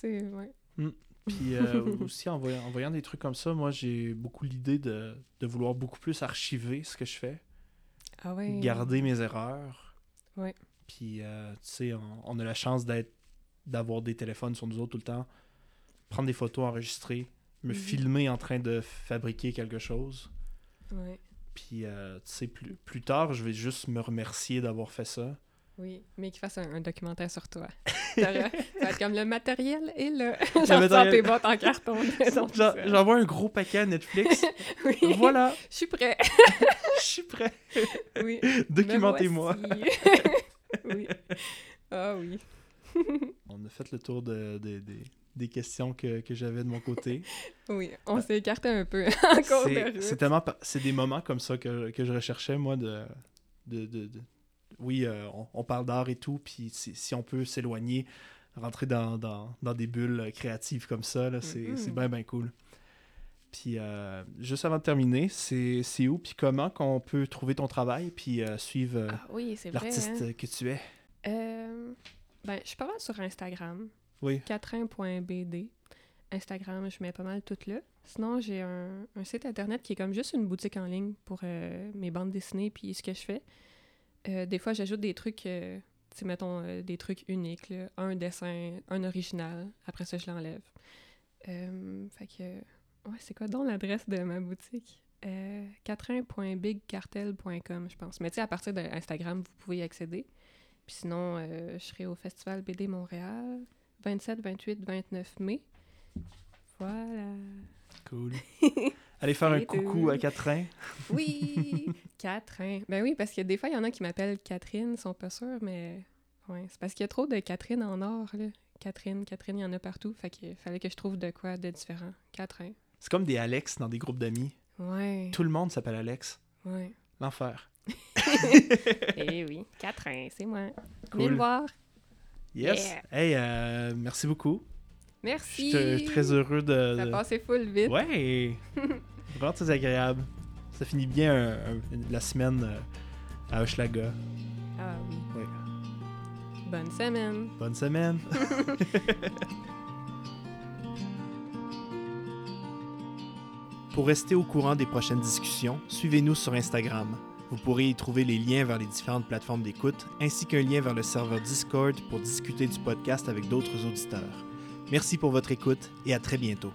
S2: sais, ouais.
S1: Puis euh, aussi, en voyant, en voyant des trucs comme ça, moi, j'ai beaucoup l'idée de, de vouloir beaucoup plus archiver ce que je fais,
S2: Ah ouais.
S1: garder mes erreurs.
S2: Ouais.
S1: Puis, euh, tu sais, on, on a la chance d'être d'avoir des téléphones sur nous autres tout le temps, prendre des photos, enregistrer, me
S2: Mhm.
S1: filmer en train de fabriquer quelque chose.
S2: Ouais.
S1: Puis, euh, tu sais, plus, plus tard, je vais juste me remercier d'avoir fait ça.
S2: Oui, mais qu'il fasse un, un documentaire sur toi. T'aurais- ça va être comme le matériel et le. Genre
S1: matériel.
S2: sans tes bottes en carton. dedans, tout
S1: J'en-
S2: ça.
S1: J'envoie un gros paquet à Netflix.
S2: Oui.
S1: voilà,
S2: Je suis prêt.
S1: je suis prêt.
S2: Oui.
S1: Documentez-moi.
S2: Me voici. oui. Ah oui.
S1: On a fait le tour de, de- de- des questions que, que j'avais de mon côté.
S2: Oui. On s'est écarté un peu en cours de
S1: Ah. C'est
S2: route.
S1: c'est tellement pa- c'est des moments comme ça que, que je recherchais, moi, de. de, de- de- oui, euh, on, on parle d'art et tout, puis si, si on peut s'éloigner, rentrer dans, dans- dans des bulles euh, créatives comme ça, là, c'est
S2: Mhm.
S1: c'est bien, bien cool. Puis, euh, juste avant de terminer, c'est c'est où, puis comment qu'on peut trouver ton travail, puis euh, suivre euh,
S2: Ah oui, c'est vrai.
S1: l'artiste
S2: hein.
S1: euh, que tu es?
S2: Euh, ben, je suis pas mal sur Instagram.
S1: Oui.
S2: Catrin.bd. Instagram, je mets pas mal tout là. Sinon, j'ai un, un site internet qui est comme juste une boutique en ligne pour euh, mes bandes dessinées puis ce que je fais. Euh, des fois, j'ajoute des trucs, euh, tu sais, mettons, euh, des trucs uniques, là. un dessin, un original. Après ça, je l'enlève. Euh, fait que, ouais, c'est quoi donc l'adresse de ma boutique? Euh, catrin.bigcartel.com, je pense. Mais tu sais, à partir d'Instagram, vous pouvez y accéder. Puis sinon, euh, je serai au Festival BD Montréal 27, 28, 29 mai. Voilà.
S1: Cool. Allez faire un
S2: Et deux.
S1: coucou à Catherine.
S2: Oui, Catherine. Ben oui, parce que des fois, il y en a qui m'appellent Catherine, ils sont pas sûrs, mais ouais, c'est parce qu'il y a trop de Catherine en or, là. Catherine, Catherine, il y en a partout, fait qu'il fallait que je trouve de quoi de différent. Catherine.
S1: C'est comme des Alex dans des groupes d'amis.
S2: Ouais,
S1: Tout le monde s'appelle Alex.
S2: ouais.
S1: L'enfer.
S2: Eh oui, Catherine, c'est moi. Venez
S1: Cool.
S2: me voir.
S1: Yes.
S2: Yeah.
S1: Hey, euh, merci beaucoup. Je
S2: Merci.
S1: suis euh, très heureux de.
S2: Ça
S1: de-
S2: passait full vite.
S1: Ouais. Vraiment très agréable. Ça finit bien un- un- la semaine euh, à Hochelaga.
S2: Ah oui.
S1: Oui.
S2: Bonne semaine.
S1: Bonne semaine. Pour rester au courant des prochaines discussions, suivez-nous sur Instagram. Vous pourrez y trouver les liens vers les différentes plateformes d'écoute, ainsi qu'un lien vers le serveur Discord pour discuter du podcast avec d'autres auditeurs. Merci pour votre écoute et à très bientôt.